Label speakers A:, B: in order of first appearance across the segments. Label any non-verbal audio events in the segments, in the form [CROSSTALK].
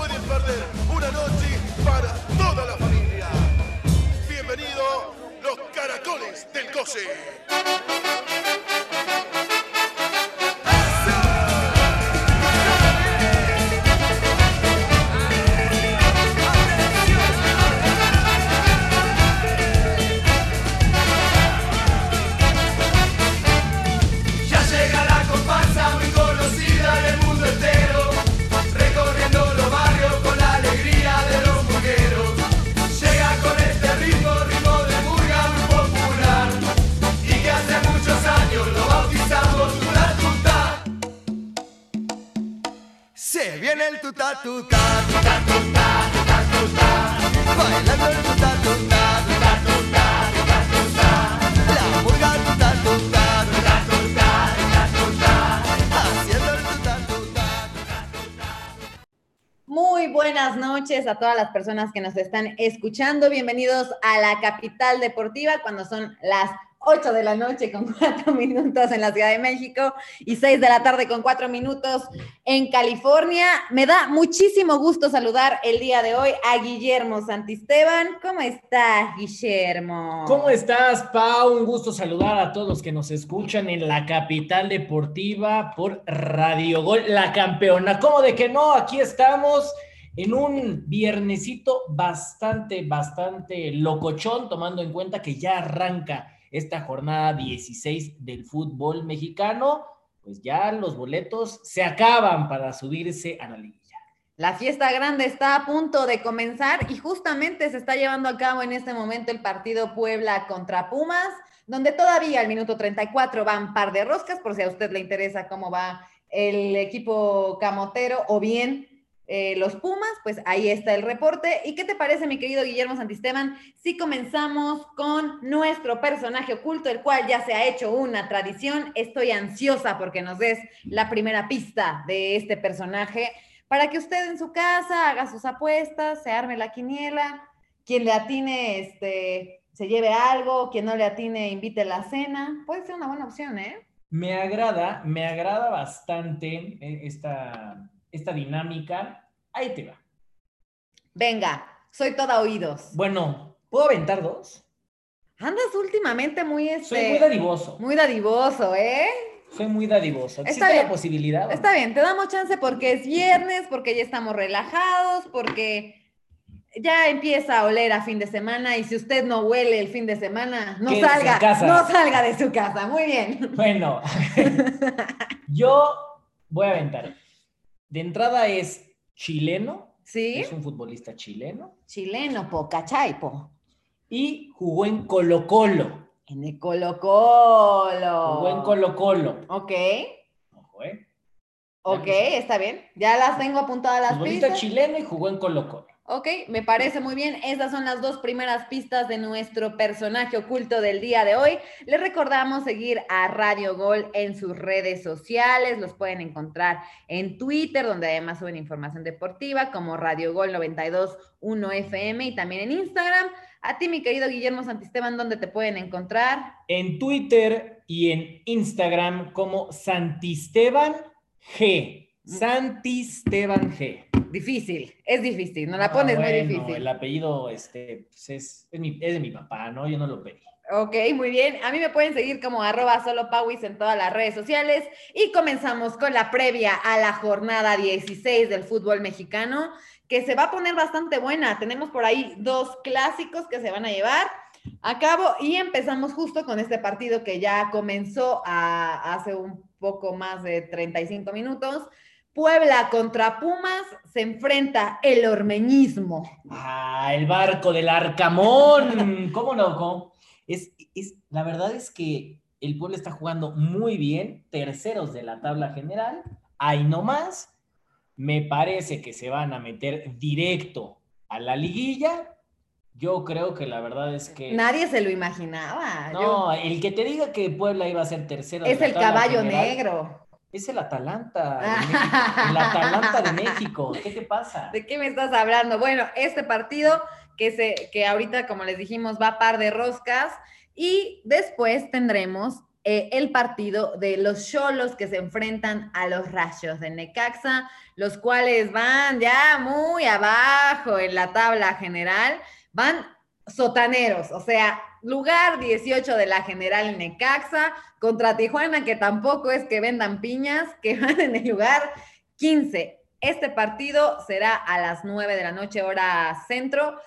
A: tarde, una noche para toda la familia. Bienvenido los caracoles del goce.
B: Ya llega la comparsa muy conocida del mundo entero, recorriendo los barrios con la alegría de los burgueros. Llega con este ritmo, ritmo de burga muy popular, y que hace muchos años lo bautizamos tuta tuta. Se viene el tuta tuta, tuta tuta, tuta tuta, bailando el tuta tuta, tuta tuta, tuta tuta, la burga tuta tuta, tuta tuta, tuta tuta, haciendo el tuta tuta.
C: Muy buenas noches a todas las personas que nos están escuchando. Bienvenidos a la capital deportiva cuando son las 8 de la noche con 4 [LAUGHS] minutos en la Ciudad de México y 6 de la tarde con 4 minutos en California. Me da muchísimo gusto saludar el día de hoy a Guillermo Santisteban. ¿Cómo está, Guillermo?
D: ¿Cómo estás, Pau? Un gusto saludar a todos los que nos escuchan en la capital deportiva por Radio Gol, la campeona. ¿Cómo de que no? Aquí estamos en un viernesito bastante, bastante locochón, tomando en cuenta que ya arranca esta jornada 16 del fútbol mexicano. Pues ya los boletos se acaban para subirse a la liguilla.
C: La fiesta grande está a punto de comenzar y justamente se está llevando a cabo en este momento el partido Puebla contra Pumas, donde todavía al minuto 34 van par de roscas, por si a usted le interesa cómo va el equipo camotero o bien eh, los Pumas, pues ahí está el reporte. ¿Y qué te parece, mi querido Guillermo Santisteban, si comenzamos con nuestro personaje oculto, el cual ya se ha hecho una tradición? Estoy ansiosa porque nos des la primera pista de este personaje para que usted en su casa haga sus apuestas, se arme la quiniela, quien le atine este, se lleve algo, quien no le atine invite a la cena, puede ser una buena opción, ¿eh?
D: Me agrada, me agrada bastante eh, esta, esta dinámica. Ahí te va.
C: Venga, soy toda oídos.
D: Bueno, ¿puedo aventar dos?
C: Andas últimamente muy
D: Soy
C: este,
D: muy dadivoso.
C: muy dadivoso, ¿eh?
D: Soy muy dadivoso. ¿Existe
C: Está bien.
D: la posibilidad?
C: Está bien, te damos chance porque es viernes, porque ya estamos relajados, porque ya empieza a oler a fin de semana y si usted no huele el fin de semana, no
D: Quédese en
C: salga,
D: casa.
C: no salga de su casa. Muy bien.
D: Bueno, [LAUGHS] yo voy a aventar. De entrada es chileno,
C: ¿Sí?
D: es un futbolista chileno,
C: Chileno, po, cachaipo.
D: y jugó en Colo Colo.
C: En el Colo Colo.
D: Jugó en Colo Colo.
C: Ok,
D: Ojo, ¿eh?
C: ok, está bien. Ya las tengo apuntadas las
D: Futbolista
C: pistas.
D: chileno y jugó en Colo Colo.
C: Ok, me parece muy bien. Esas son las dos primeras pistas de nuestro personaje oculto del día de hoy. Les recordamos seguir a Radio Gol en sus redes sociales. Los pueden encontrar en Twitter, donde además suben información deportiva, como Radio Gol 921FM y también en Instagram. A ti, mi querido Guillermo Santisteban, ¿dónde te pueden encontrar?
D: En Twitter y en Instagram como Santisteban G.
C: Mm.
D: Santisteban G.
C: Difícil, es difícil, no la
D: Ah,
C: pones
D: bueno,
C: muy difícil.
D: El apellido este, pues, es, es mi- es de mi papá, ¿no? Yo no lo pedí.
C: Ok, muy bien. A mí me pueden seguir como arroba solo Pauis en todas las redes sociales. Y comenzamos con la previa a la jornada 16 del fútbol mexicano, que se va a poner bastante buena. Tenemos por ahí dos clásicos que se van a llevar a cabo y empezamos justo con este partido que ya comenzó a- hace un poco más de 35 minutos. Puebla contra Pumas se enfrenta el ormeñismo.
D: Ah, el barco
C: [LAUGHS]
D: del Arcamón. ¿Cómo no? ¿Cómo? Es, es, la verdad es que el pueblo está jugando muy bien, terceros de la tabla general. Ahí nomás, me parece que se van a meter directo a la liguilla. Yo creo que la verdad es que...
C: Nadie se lo imaginaba. Yo-
D: no, el que te diga que Puebla iba a ser tercero. de
C: es
D: la
C: el
D: tabla
C: caballo
D: general,
C: negro. Ah,
D: Es el Atalanta. de México. El
C: [LAUGHS]
D: Atalanta de México. ¿Qué te pasa?
C: ¿De qué me estás hablando? Bueno, este partido que, se, que ahorita, como les dijimos, va a par de roscas y después tendremos eh, el partido de los Cholos que se enfrentan a los Rayos de Necaxa, los cuales van ya muy abajo en la tabla general, van sotaneros, o sea, lugar 18 de la general Necaxa contra Tijuana, que tampoco es que vendan piñas, que [LAUGHS] van en el lugar 15. Este partido será a las 9 de la noche hora centro.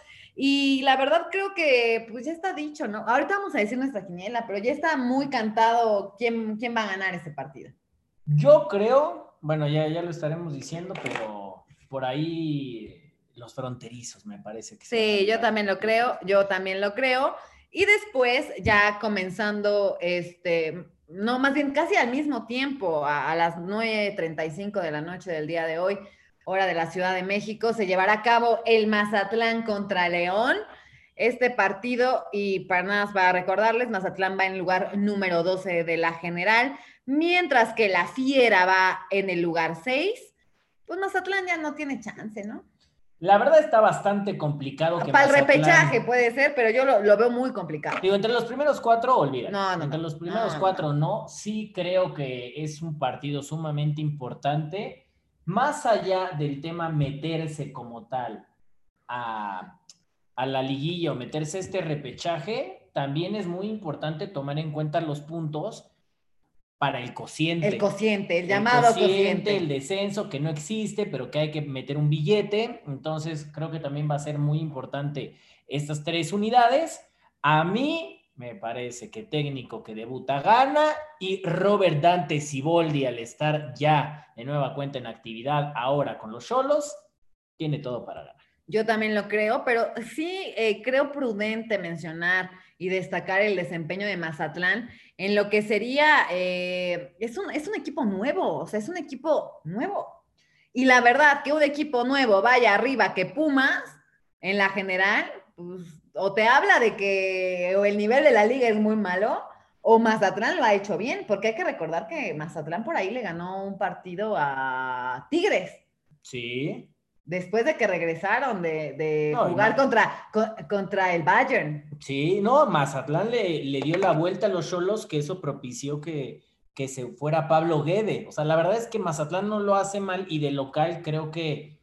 C: Y la verdad creo que pues ya está dicho, ¿no? Ahorita vamos a decir nuestra quiniela, pero ya está muy cantado quién, quién va a ganar ese partido.
D: Yo creo, bueno, ya, ya lo estaremos diciendo, pero por ahí los fronterizos me parece que se
C: Sí,
D: van a
C: yo
D: llevar.
C: también lo creo, yo también lo creo. Y después, ya comenzando, este, no, más bien casi al mismo tiempo, a, a las 9.35 de la noche del día de hoy, hora de la Ciudad de México, se llevará a cabo el Mazatlán contra León. Este partido, y para nada, más para recordarles, Mazatlán va en lugar número 12 de la general, mientras que la Fiera va en el lugar 6. Pues Mazatlán ya no tiene chance, ¿no?
D: La verdad está bastante complicado. que
C: Para el
D: Mazatlán-
C: repechaje puede ser, pero yo lo, lo veo muy complicado.
D: Digo, entre los primeros cuatro, olvídate.
C: No, no,
D: entre
C: no.
D: los primeros
C: No, no,
D: cuatro, no. Sí creo que es un partido sumamente importante. Más allá del tema meterse como tal a, a la liguilla o meterse a este repechaje, también es muy importante tomar en cuenta los puntos para el cociente.
C: El cociente, el llamado cociente.
D: El descenso que no existe, pero que hay que meter un billete. Entonces, creo que también va a ser muy importante estas tres unidades. A mí me parece que técnico que debuta gana y Robert Dante Siboldi al estar ya de nueva cuenta en actividad ahora con los Cholos, tiene todo para ganar.
C: Yo también lo creo, pero sí eh, creo prudente mencionar y destacar el desempeño de Mazatlán en lo que sería, eh, es, un, es un equipo nuevo, o sea, es un equipo nuevo. Y la verdad, que un equipo nuevo vaya arriba que Pumas en la general, pues, o te habla de que o el nivel de la liga es muy malo, o Mazatlán lo ha hecho bien, porque hay que recordar que Mazatlán por ahí le ganó un partido a Tigres
D: Sí.
C: después de que regresaron de, de
D: No, y
C: jugar
D: no.
C: contra, co- contra el Bayern.
D: Sí, no, Mazatlán le, le dio la vuelta a los Cholos, que eso propició que, que se fuera Pablo Guede. O sea, la verdad es que Mazatlán no lo hace mal y de local creo que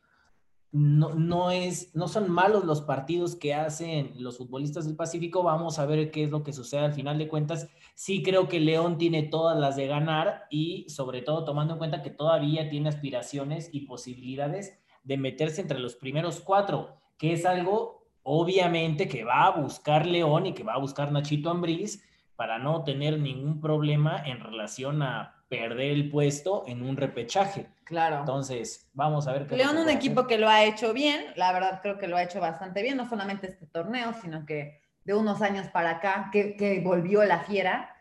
D: no, no, es, no son malos los partidos que hacen los futbolistas del Pacífico. Vamos a ver qué es lo que sucede al final de cuentas. Sí creo que León tiene todas las de ganar y sobre todo tomando en cuenta que todavía tiene aspiraciones y posibilidades de meterse entre los primeros cuatro que es algo obviamente que va a buscar León y que va a buscar Nachito Ambriz para no tener ningún problema en relación a perder el puesto en un repechaje.
C: Claro.
D: Entonces, vamos a ver qué
C: León, un equipo
D: que...
C: que lo ha hecho bien, la verdad creo que lo ha hecho bastante bien, no solamente este torneo, sino que de unos años para acá, que, que volvió la fiera,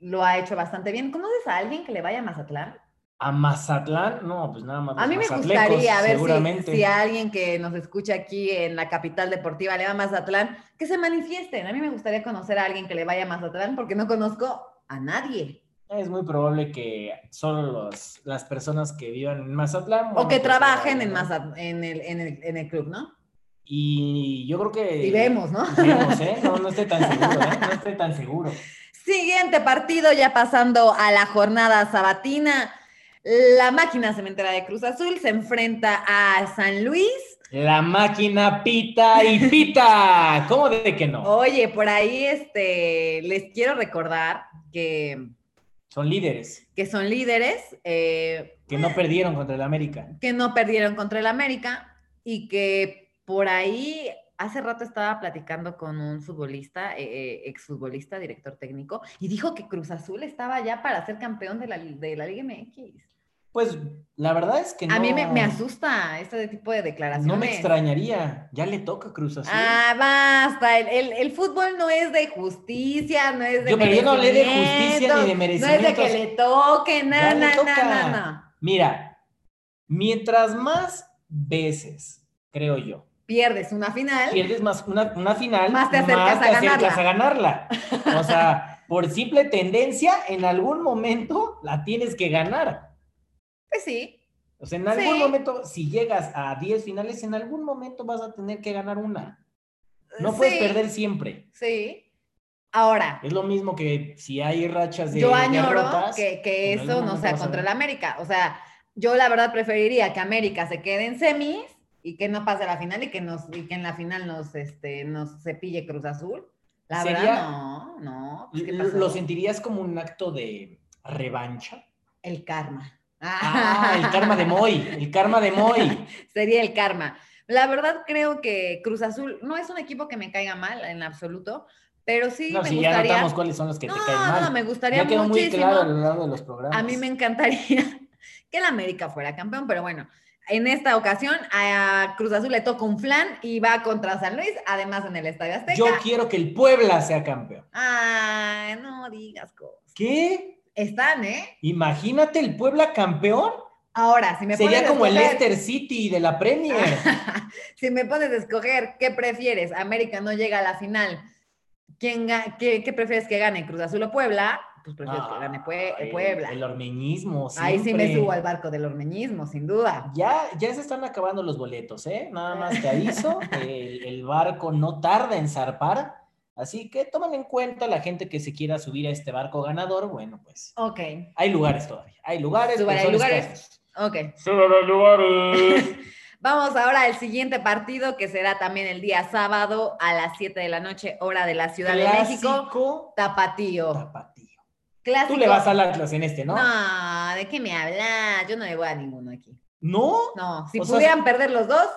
C: lo ha hecho bastante bien. ¿Conoces a alguien que le vaya a Mazatlán?
D: A Mazatlán, no, pues nada más.
C: A
D: los
C: mí me
D: mazatlecos,
C: gustaría a ver si,
D: seguramente.
C: si a alguien que nos escucha aquí en la capital deportiva le va a Mazatlán, que se manifiesten. A mí me gustaría conocer a alguien que le vaya a Mazatlán porque no conozco a nadie.
D: Es muy probable que solo los- las personas que vivan en
C: O
D: Mazatlán. bueno,
C: que
D: pues, se
C: trabajen
D: vayan,
C: en,
D: ¿no?
C: Maza- en, el, en, el, en el club, ¿no?
D: Y yo creo que.
C: Y vemos, ¿no?
D: Vemos, ¿eh? No, no estoy tan seguro, ¿eh? No estoy tan seguro.
C: Siguiente partido, ya pasando a la jornada sabatina. La máquina cementera de Cruz Azul se enfrenta a San Luis.
D: La máquina pita y pita. ¿Cómo de que no?
C: Oye, por ahí este, les quiero recordar que,
D: Son líderes
C: que son líderes, eh,
D: que no perdieron contra el América.
C: que no perdieron contra el América y que por ahí hace rato estaba platicando con un futbolista, eh, eh, exfutbolista, director técnico, y dijo que Cruz Azul estaba ya para ser campeón de la, de la Liga MX.
D: Pues la verdad es que no.
C: A mí me, me asusta este tipo de declaraciones.
D: No me extrañaría. Ya le toca Cruz Azul.
C: Ah, basta. El, el- el fútbol no es de justicia, no es de.
D: Yo- pero yo no hablé de
C: merecimientos,
D: justicia ni
C: No
D: de
C: es de
D: merecimientos.
C: que le toque,
D: Ya
C: na,
D: le
C: na, na,
D: toca.
C: na, na.
D: Mira, mientras más veces, creo yo,
C: Pierdes una final.
D: pierdes más una, una final,
C: Más te acercas a
D: acercas a ganarla.
C: [LAUGHS]
D: O sea, por simple tendencia, en algún momento la tienes que ganar.
C: Pues sí.
D: O sea, en algún
C: Sí.
D: momento, si llegas a 10 finales, en algún momento vas a tener que ganar una. No
C: sí,
D: puedes perder siempre.
C: Sí. Ahora,
D: Es lo mismo que si hay rachas de
C: yo añoro
D: derrotas,
C: que, que
D: en algún
C: eso no
D: momento
C: sea
D: vas a
C: contra
D: ver.
C: el América. O sea, yo la verdad preferiría que América se quede en semis y que no pase a la final y que, nos, y que en la final nos, este, nos cepille Cruz Azul. La
D: Sería-
C: verdad, no, no. pues, ¿qué
D: ¿Lo-
C: pasó?
D: ¿Lo sentirías como un acto de revancha?
C: El karma.
D: Ah, el karma de Moy, el karma de Moy.
C: [LAUGHS] Sería el karma. La verdad creo que Cruz Azul no es un equipo que me caiga mal en absoluto, pero [LAUGHS] sí
D: No,
C: me
D: si ya
C: gustaría.
D: notamos cuáles son los que
C: no,
D: te caen mal.
C: no, me gustaría
D: ya quedó muy
C: muchísimo.
D: claro a lo largo de los programas.
C: A mí me encantaría [LAUGHS] que el América fuera campeón, pero bueno, en esta ocasión a Cruz Azul le toca un flan y va contra San Luis, además en el Estadio Azteca.
D: Yo quiero que el Puebla sea campeón.
C: Ay, no digas cosas.
D: ¿Qué?
C: Están, ¿eh?
D: Imagínate el Puebla campeón.
C: Ahora, si me
D: Sería
C: pones a
D: como el este.
C: escoger-
D: Leicester City de la Premier.
C: [LAUGHS] si me pones a escoger, ¿qué prefieres? América no llega a la final. ¿Quién ga- qué, qué prefieres que gane? ¿Cruz Azul o Puebla? Pues prefieres que gane Pue-
D: Ay,
C: Puebla.
D: Ah, El ormeñismo.
C: Ahí sí me
D: siempre.
C: subo al barco del ormeñismo, sin duda.
D: Ya, ya se están acabando los boletos, ¿eh? Nada
C: [LAUGHS]
D: más te aviso, el, el barco no tarda en zarpar, así que tomen en cuenta la gente que se quiera subir a este barco ganador, bueno, pues
C: Ok,
D: hay lugares todavía, hay lugares. este
C: Súbale, hay
D: personas
C: lugares.
D: escasas.
C: ok.
D: Súbale, hay lugares.
C: [LAUGHS] Vamos ahora al siguiente partido que será también el día sábado a las 7 de la noche, hora de la Ciudad de México.
D: Clásico
C: Tapatío.
D: tapatío.
C: Clásico.
D: Tú le vas al Atlas en este, ¿no?
C: ¿no? ¿de qué me hablas? Yo no le voy a ninguno aquí.
D: No,
C: No, si
D: O sea,
C: pudieran perder los dos,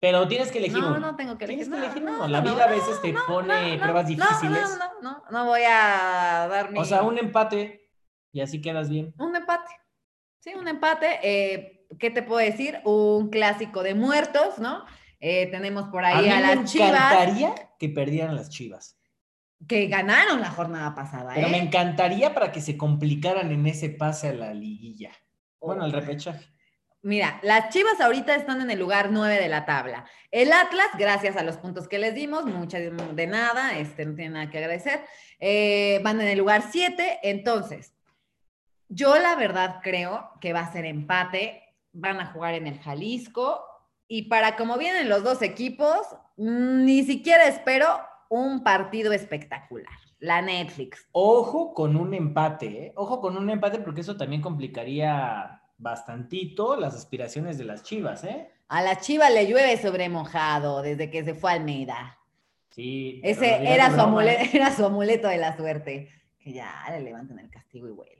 D: pero tienes que elegir
C: no,
D: uno.
C: no tengo que elegir.
D: Tienes que
C: No,
D: elegir
C: no,
D: uno. La
C: no,
D: vida
C: no,
D: a veces te
C: no,
D: pone
C: no,
D: pruebas
C: no,
D: difíciles.
C: No, no, no, no, no voy a dar mi...
D: O sea, un empate y así quedas bien.
C: Un empate. Sí, un empate. Eh, ¿Qué te puedo decir? Un clásico de muertos, ¿no? Eh, tenemos por ahí a,
D: a mí me
C: las chivas
D: encantaría que perdieran las chivas.
C: que ganaron la jornada pasada.
D: Pero
C: ¿eh?
D: me encantaría para que se complicaran en ese pase a la liguilla. Bueno, al repechaje.
C: Mira, las Chivas ahorita están en el lugar 9 de la tabla. El Atlas, gracias a los puntos que les dimos, muchas de nada, este, no tiene nada que agradecer, eh, van en el lugar 7. Entonces, yo la verdad creo que va a ser empate, van a jugar en el Jalisco y para como vienen los dos equipos, mm, ni siquiera espero un partido espectacular. La Netflix.
D: Ojo con un empate, ¿eh? Ojo con un empate porque eso también complicaría bastantito las aspiraciones de las chivas, ¿eh?
C: A la Chivas le llueve sobre mojado desde que se fue a Almeida.
D: Sí. pero lo
C: Ese
D: dirán
C: era
D: de
C: su,
D: broma,
C: amuleto,
D: ¿eh?
C: [LAUGHS] era su amuleto de la suerte. Que ya le levanten el castigo y vuelva.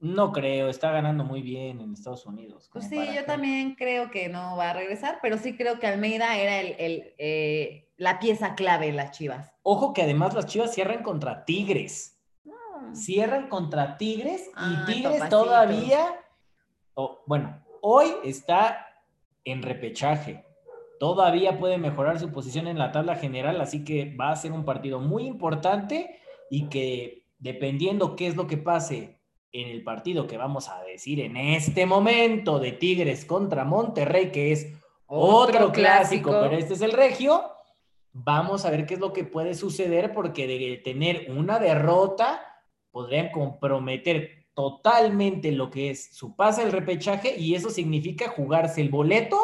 D: No creo, está ganando muy bien en Estados Unidos.
C: Pues
D: como
C: sí,
D: para
C: yo
D: que-
C: también creo que no va a regresar, pero sí creo que Almeida era el, el, eh, la pieza clave de las chivas.
D: Ojo que además las chivas cierran contra Tigres. cierran contra Tigres y
C: Ay,
D: Tigres
C: papacito.
D: todavía, o, bueno, hoy está en repechaje. Todavía puede mejorar su posición en la tabla general, así que va a ser un partido muy importante y que dependiendo qué es lo que pase en el partido que vamos a decir en este momento de Tigres contra Monterrey, que es otro, clásico, pero este es el regio. Vamos a ver qué es lo que puede suceder porque de tener una derrota podrían comprometer totalmente lo que es su pase al repechaje y eso significa jugarse el boleto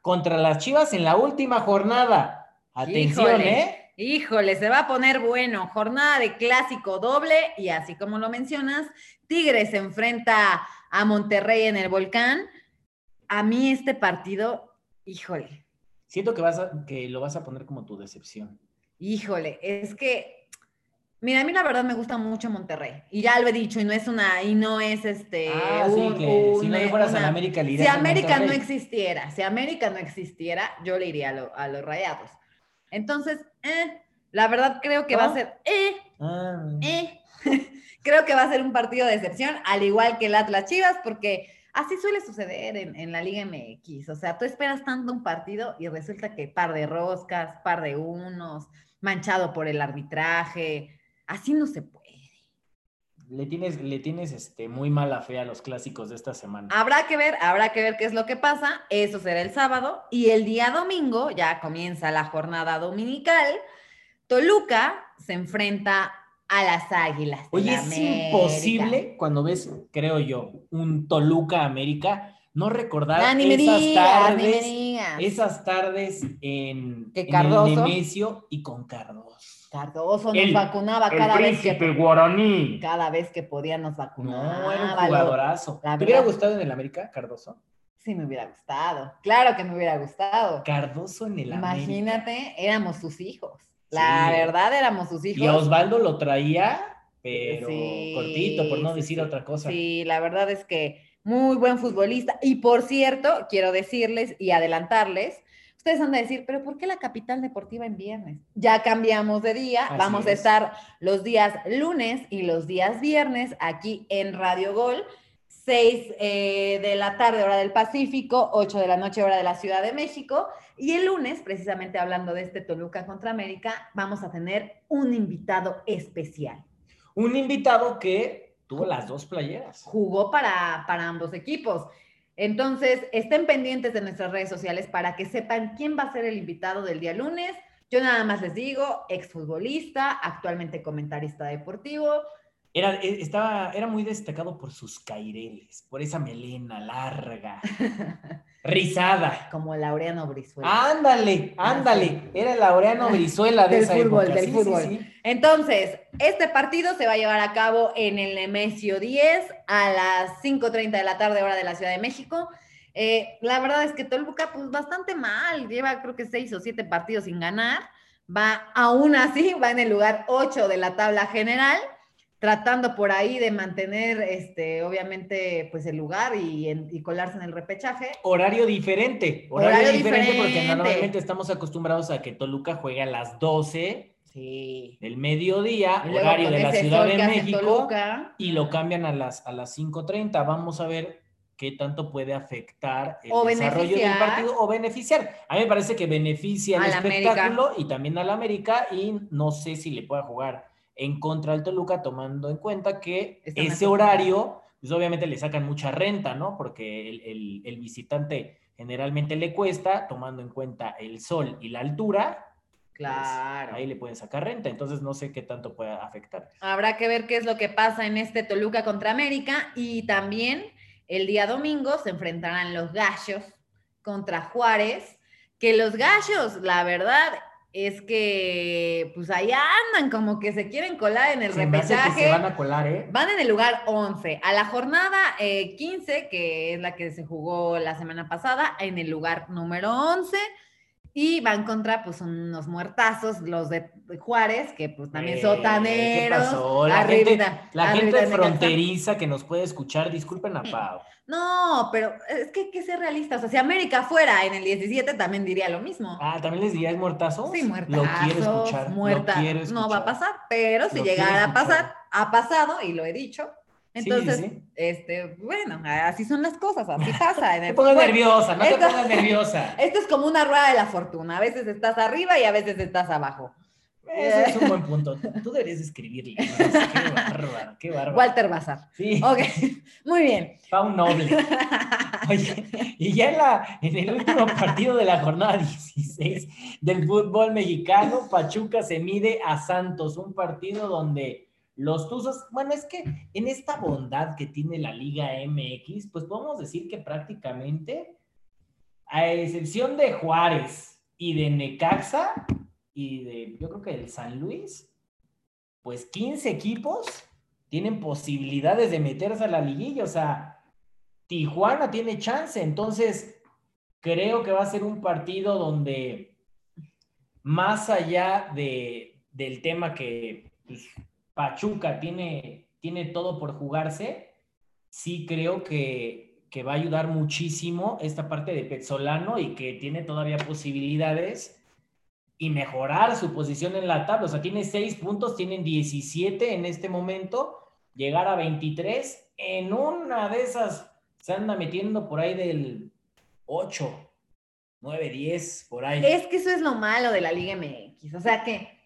D: contra las Chivas en la última jornada. Atención,
C: Híjole.
D: ¿eh?
C: Híjole, se va a poner bueno. Jornada de clásico doble y así como lo mencionas, Tigres se enfrenta a Monterrey en el volcán. A mí este partido, híjole,
D: Siento que vas a- que lo vas a poner como tu decepción.
C: Híjole, es que, mira, a mí la verdad me gusta mucho Monterrey. Y ya lo he dicho, y no es una, y no es este.
D: ah, sí,
C: un-
D: que si
C: un-
D: no le fueras a
C: una-
D: la América, le
C: Si
D: irías al
C: América no
D: Monterrey.
C: existiera, si América no existiera, yo le iría a, lo- a los rayados. Entonces, eh, la verdad creo que va a
D: ¿No?
C: ser, eh,
D: Ah.
C: eh. [LAUGHS] creo que va a ser un partido de excepción, al igual que el Atlas Chivas, porque así suele suceder en, en la Liga MX. O sea, tú esperas tanto un partido y resulta que par de roscas, par de unos, manchado por el arbitraje. Así no se puede.
D: Le tienes, le tienes este, muy mala fe a los clásicos de esta semana.
C: Habrá que ver, habrá que ver qué es lo que pasa. Eso será el sábado. Y el día domingo ya comienza la jornada dominical. Toluca se enfrenta a las Águilas. del
D: Oye, es
C: América.
D: imposible cuando ves, creo yo, un Toluca América, no recordar
C: Ah, ni me digas,
D: esas
C: ni me
D: tardes,
C: digas.
D: esas tardes en,
C: Que
D: en
C: Cardoso.
D: el Nemesio y con Cardoso.
C: Cardoso nos
D: El-
C: vacunaba cada vez que
D: guaraní.
C: cada vez que podía nos vacunaba.
D: No, era un
C: Valo.
D: jugadorazo.
C: Ah, La
D: ¿Te hubiera
C: verdad.
D: gustado en el América, Cardoso?
C: Sí me hubiera gustado. Claro que me hubiera gustado.
D: Cardoso en el América.
C: Imagínate, éramos sus hijos. La
D: Sí.
C: verdad éramos sus hijos.
D: Y a Osvaldo lo traía, pero
C: Sí,
D: cortito, por no
C: Eh, sí,
D: decir
C: sí.
D: otra cosa.
C: Sí, la verdad es que muy buen futbolista. Y por cierto, quiero decirles y adelantarles, ustedes han de decir, pero ¿por qué la capital deportiva en viernes? Ya cambiamos de día,
D: Así
C: vamos a
D: es.
C: estar los días lunes y los días viernes aquí en Radio Gol. 6 de la tarde, hora del Pacífico, 8 de la noche, hora de la Ciudad de México. Y el lunes, precisamente hablando de este Toluca contra América, vamos a tener un invitado especial.
D: Un invitado que tuvo las dos playeras.
C: jugó para, para ambos equipos. Entonces, estén pendientes de nuestras redes sociales para que sepan quién va a ser el invitado del día lunes. Yo nada más les digo, exfutbolista, actualmente comentarista deportivo.
D: Era, e- estaba, era muy destacado por sus caireles, por esa
C: [LAUGHS]
D: melena larga, rizada.
C: Como Laureano Brizuela.
D: Ándale, ándale. Era el Laureano Brizuela de
C: Del
D: esa
C: fútbol,
D: época.
C: del
D: Sí, sí,
C: fútbol.
D: sí.
C: Entonces, este partido se va a llevar a cabo en el Nemesio 10 a las 5.30 de la tarde, hora de la Ciudad de México. Eh, la verdad es que Toluca, pues bastante mal, lleva creo que seis o siete partidos sin ganar. Va, aún así, [LAUGHS] va en el lugar 8 de la tabla general, tratando por ahí de mantener, este, obviamente, pues el lugar y, en- y colarse en el repechaje.
D: Horario diferente. Horario,
C: Horario
D: diferente, porque
C: diferente.
D: normalmente estamos acostumbrados a que Toluca juegue a las 12
C: Sí.
D: del mediodía,
C: pues,
D: horario de la Ciudad de México, y lo cambian a las, a las 5.30. Vamos a ver qué tanto puede afectar el
C: O
D: desarrollo del
C: beneficiar.
D: partido o beneficiar. A mí me parece que beneficia al
C: A la América.
D: espectáculo y también al América y no sé si le pueda jugar en contra del Toluca tomando en cuenta que
C: Están
D: ese
C: acostumbrados.
D: horario, pues obviamente le sacan mucha renta, ¿no? Porque el, el- el visitante generalmente le cuesta, tomando en cuenta el sol y la altura,
C: Claro.
D: ahí le pueden sacar renta, entonces no sé qué tanto pueda afectar.
C: Habrá que ver qué es lo que pasa en este Toluca contra América y también el día domingo se enfrentarán los Gallos contra Juárez, que los Gallos, la verdad es que pues ahí andan como que se quieren colar en el
D: Se me hace que
C: repechaje.
D: se van
C: Van,
D: a colar, ¿eh?
C: en el lugar 11. A la jornada eh, 15, que es la que se jugó la semana pasada, en el lugar número 11. Y van contra, pues, unos muertazos, los de Juárez, que pues también
D: Eh,
C: sotaneros.
D: ¿qué pasó? La
C: Arribita,
D: gente, la
C: arribita
D: gente
C: Necaxa.
D: fronteriza que nos puede escuchar, disculpen a Pau.
C: No, pero es que hay que ser realista. O sea, si América fuera en el 17, también diría lo mismo.
D: Ah, también les diría muertazo.
C: sí, muertazos,
D: Lo quiero escuchar. lo
C: muerta.
D: quiero
C: No va a
D: escuchar.
C: pasar, pero si
D: Lo
C: llegara
D: quiero
C: a pasar,
D: escuchar.
C: ha pasado y lo he dicho.
D: Sí,
C: Entonces,
D: sí, sí.
C: este, bueno, así son las cosas, así pasa.
D: [LAUGHS]
C: En
D: No te
C: el
D: pongas
C: fútbol.
D: nerviosa, no te
C: Esto- [LAUGHS]
D: pongas nerviosa.
C: Esto es como una rueda de la fortuna. A veces estás arriba y a veces estás abajo.
D: Ese es un buen punto. Tú
C: [LAUGHS]
D: deberías escribirle. Qué bárbaro, qué bárbaro.
C: Walter Bazar.
D: Sí,
C: Ok, [LAUGHS] muy bien.
D: Pau Noble. Oye, y ya en, la- en el último partido de la jornada 16 del fútbol mexicano, Pachuca se mide a Santos, un partido donde los Tuzos, bueno, es que en esta bondad que tiene la Liga MX, pues podemos decir que prácticamente, a excepción de Juárez y de Necaxa y de, yo creo que del San Luis, pues 15 equipos tienen posibilidades de meterse a la liguilla, o sea, Tijuana tiene chance, entonces creo que va a ser un partido donde más allá de, del tema que pues, Pachuca tiene, tiene todo por jugarse, sí creo que, que va a ayudar muchísimo esta parte de Petzolano y que tiene todavía posibilidades y mejorar su posición en la tabla. O sea, tiene seis puntos, tienen 17 en este momento, llegar a 23 en una de esas se anda metiendo por ahí del 8, 9, 10, por ahí.
C: Es que eso es lo malo de la Liga MX. O sea que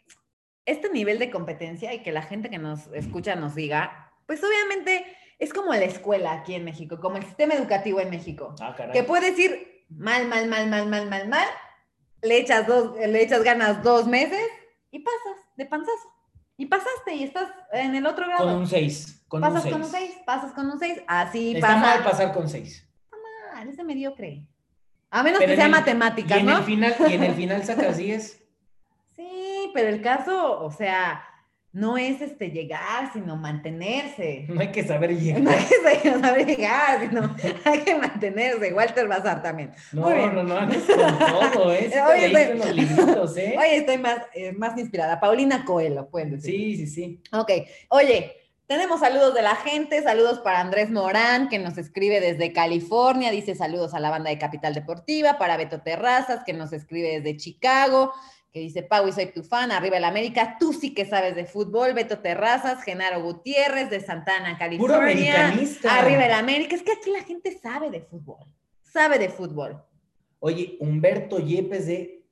C: este nivel de competencia y que la gente que nos escucha nos diga, pues obviamente es como la escuela aquí en México, como el sistema educativo en México,
D: Ah, caray.
C: que puedes ir mal, mal, mal, mal, mal, mal, mal, le echas, dos, le echas ganas dos meses y pasas de panzazo. Y pasaste y estás en el otro grado.
D: Con un 6. Con
C: pasas
D: un 6.
C: con un 6, pasas con un 6, así
D: Está
C: pasa.
D: mal pasar con 6.
C: normal, es de mediocre. A menos
D: Pero
C: que
D: en
C: sea
D: el-
C: matemáticas,
D: Y en
C: ¿no?
D: el final, y en el final sacas 10.
C: Sí, pero el caso, o sea, no es este llegar, sino mantenerse.
D: No hay que
C: [LAUGHS]
D: saber
C: No
D: llegar.
C: es que saber llegar,
D: [LAUGHS]
C: sino hay que mantenerse. Walter Bazar también.
D: No,
C: Muy bien.
D: no, no, andas con todo, ¿eh? Sí te
C: Oye, pues,
D: leíste
C: estoy-
D: los libritos, ¿eh?
C: Hoy estoy más, eh, más inspirada. Paulina Coelho, pueden decir.
D: Sí, sí, sí.
C: Ok, oye, tenemos saludos de la gente, saludos para Andrés Morán, que nos escribe desde California, dice saludos a la banda de Capital Deportiva, para Beto Terrazas, que nos escribe desde Chicago, que dice Pau y soy tu fan, arriba el América, tú sí que sabes de fútbol, Beto Terrazas, Genaro Gutiérrez de Santana,
D: Puro
C: California,
D: americanista.
C: arriba el América, es que aquí la gente sabe de fútbol, sabe de fútbol.
D: Oye, Humberto Yepes de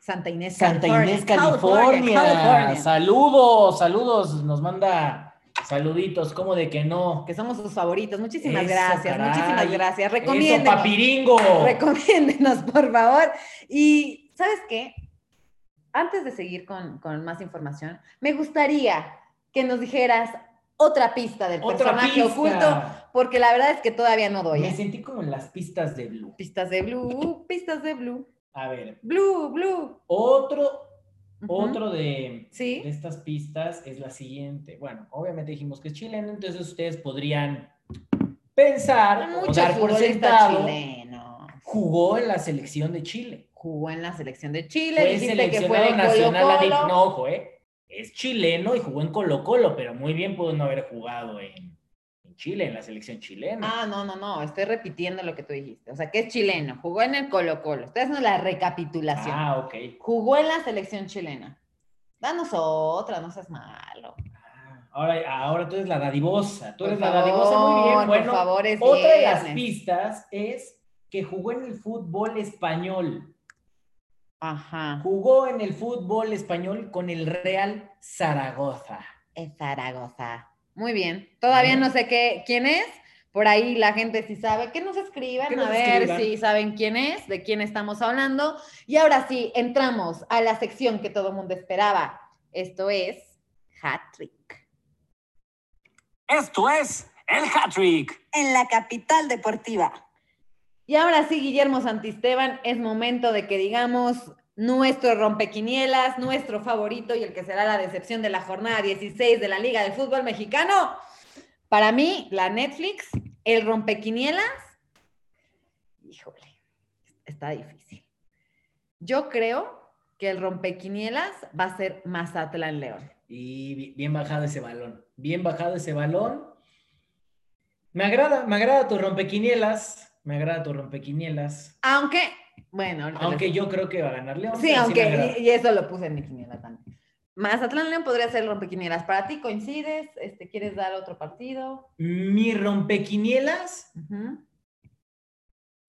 C: Santa Inés,
D: Santa Inés, California.
C: California.
D: Saludos, saludos. Nos manda saluditos, ¿cómo de que no?
C: que somos sus favoritos. Muchísimas
D: Eso,
C: gracias,
D: caray.
C: muchísimas gracias.
D: Eso,
C: Recomiéndenos,
D: papiringo.
C: recomiéndenos, por favor. Y, ¿sabes qué? Antes de seguir con, con más información, me gustaría que nos dijeras otra pista del
D: Otra
C: personaje
D: pista.
C: oculto, porque la verdad es que todavía no doy.
D: Me
C: ¿eh?
D: sentí como en las pistas de Blue.
C: Pistas de blue, pistas de blue,
D: A ver,
C: blue, blue.
D: otro,
C: Ujú.
D: otro de, de
C: Sí,
D: estas pistas es la siguiente. Bueno, obviamente dijimos que es chileno, entonces ustedes podrían pensar o
C: muchos
D: dar por
C: futbolistas
D: sentado.
C: chilenos.
D: Jugó en la selección de Chile.
C: Jugó en la selección de Chile,
D: Fue
C: dijiste que
D: seleccionado
C: fue de
D: nacional. a
C: Colo-Colo.
D: nivel- No, ojo, ¿eh? Es chileno y jugó en Colo Colo, pero muy bien pudo no haber jugado en, en Chile, en la selección chilena.
C: Ah, no, no, no, estoy repitiendo lo que tú dijiste. O sea, que es chileno, jugó en el Colo Colo. Estoy haciendo la recapitulación.
D: Ah, ok.
C: Jugó en la selección chilena. Danos otra, no seas malo.
D: Ah, Ahora, ahora tú eres la dadivosa. Tú
C: Por
D: eres la dadivosa, muy bien.
C: favor,
D: Bueno,
C: por favor, es
D: otra de las
C: viernes.
D: pistas es que jugó en el fútbol español.
C: Ajá,
D: Jugó en el fútbol español con el Real Zaragoza.
C: es Zaragoza. Muy bien. Todavía no sé qué, quién es. Por ahí la gente sí sabe. Que nos escriban
D: Que
C: a
D: nos
C: ver
D: escriban.
C: si saben quién es, de quién estamos hablando. Y ahora sí, entramos a la sección que todo el mundo esperaba. Esto es Hat Trick.
E: Esto es el hat-trick.
F: en la capital deportiva.
C: Y ahora sí, Guillermo Santisteban, es momento de que digamos nuestro rompequinielas, nuestro favorito y el que será la decepción de la jornada 16 de la Liga de Fútbol Mexicano. Para mí, la Netflix, el rompequinielas, híjole, está difícil. Yo creo que el rompequinielas va a ser Mazatlán León.
D: Y bi- bien bajado ese balón. Bien bajado ese balón. Me agrada, me agrada tu rompequinielas. Me agrada tu rompequinielas.
C: Aunque, bueno, ahorita les-
D: Aunque yo creo que va a ganar León.
C: Sí,
D: pero me
C: aunque,
D: agrada.
C: y, y eso lo puse en mi quiniela también. Mazatlán León podría ser rompequinielas. Para ti coincides, este, quieres dar otro partido.
D: Mi rompequinielas,
C: Ujú.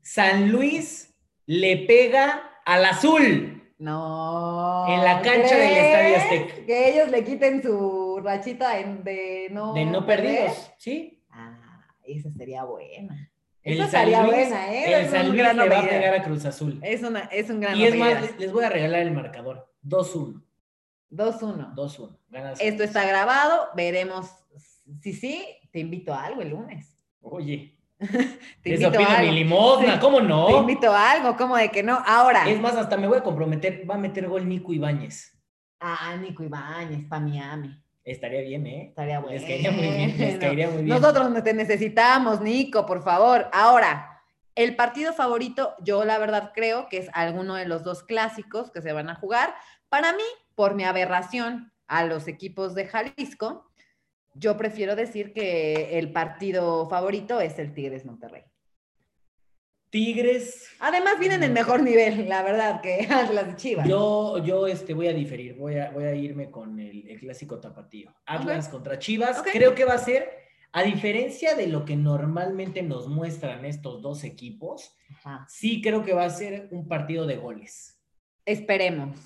D: San Luis le pega al azul.
C: No.
D: En la cancha del
C: ¿crees
D: Estadio Azteca.
C: Que ellos le quiten su rachita en- de no.
D: De no
C: perder?
D: perdidos, ¿sí?
C: Ah, esa sería buena.
D: El
C: Esa
D: San
C: estaría
D: Luis,
C: buena, ¿eh?
D: el
C: Es
D: San
C: un
D: Luis
C: gran
D: le va a
C: apellido.
D: pegar a Cruz Azul.
C: Es, una, es un gran.
D: Y es más,
C: apellido.
D: les- les voy a regalar el marcador. 2-1,
C: 2-1.
D: 2-1. Ganas.
C: Esto está grabado, veremos. Si sí, te invito a algo el lunes.
D: Oye,
C: Te
D: les
C: invito
D: pido
C: a
D: mi
C: algo.
D: limosna, ¿cómo
C: Te
D: no?
C: invito a algo, como de que no. Ahora.
D: Es más, hasta me voy a comprometer, va a meter gol Nico Ibáñez.
C: Ah, Nico Ibáñez, pa' Miami.
D: Estaría bien, ¿eh?
C: Estaría bueno.
D: Les caería muy bien, les
C: [LAUGHS]
D: caería muy bien.
C: Nosotros no te necesitamos, Nico, por favor. Ahora, el partido favorito, yo la verdad creo que es alguno de los dos clásicos que se van a jugar. Para mí, por mi aberración a los equipos de Jalisco, yo prefiero decir que el partido favorito es el Tigres Monterrey.
D: Tigres.
C: Además, vienen en mejor nivel, la verdad, que [LAUGHS] las de Chivas.
D: Yo, yo este, voy a diferir, voy a, voy a irme con el, el clásico tapatío. Atlas contra Chivas.
C: Ok.
D: Creo que va a ser, a diferencia de lo que normalmente nos muestran estos dos equipos,
C: Ajá.
D: sí creo que va a ser un partido de goles.
C: Esperemos.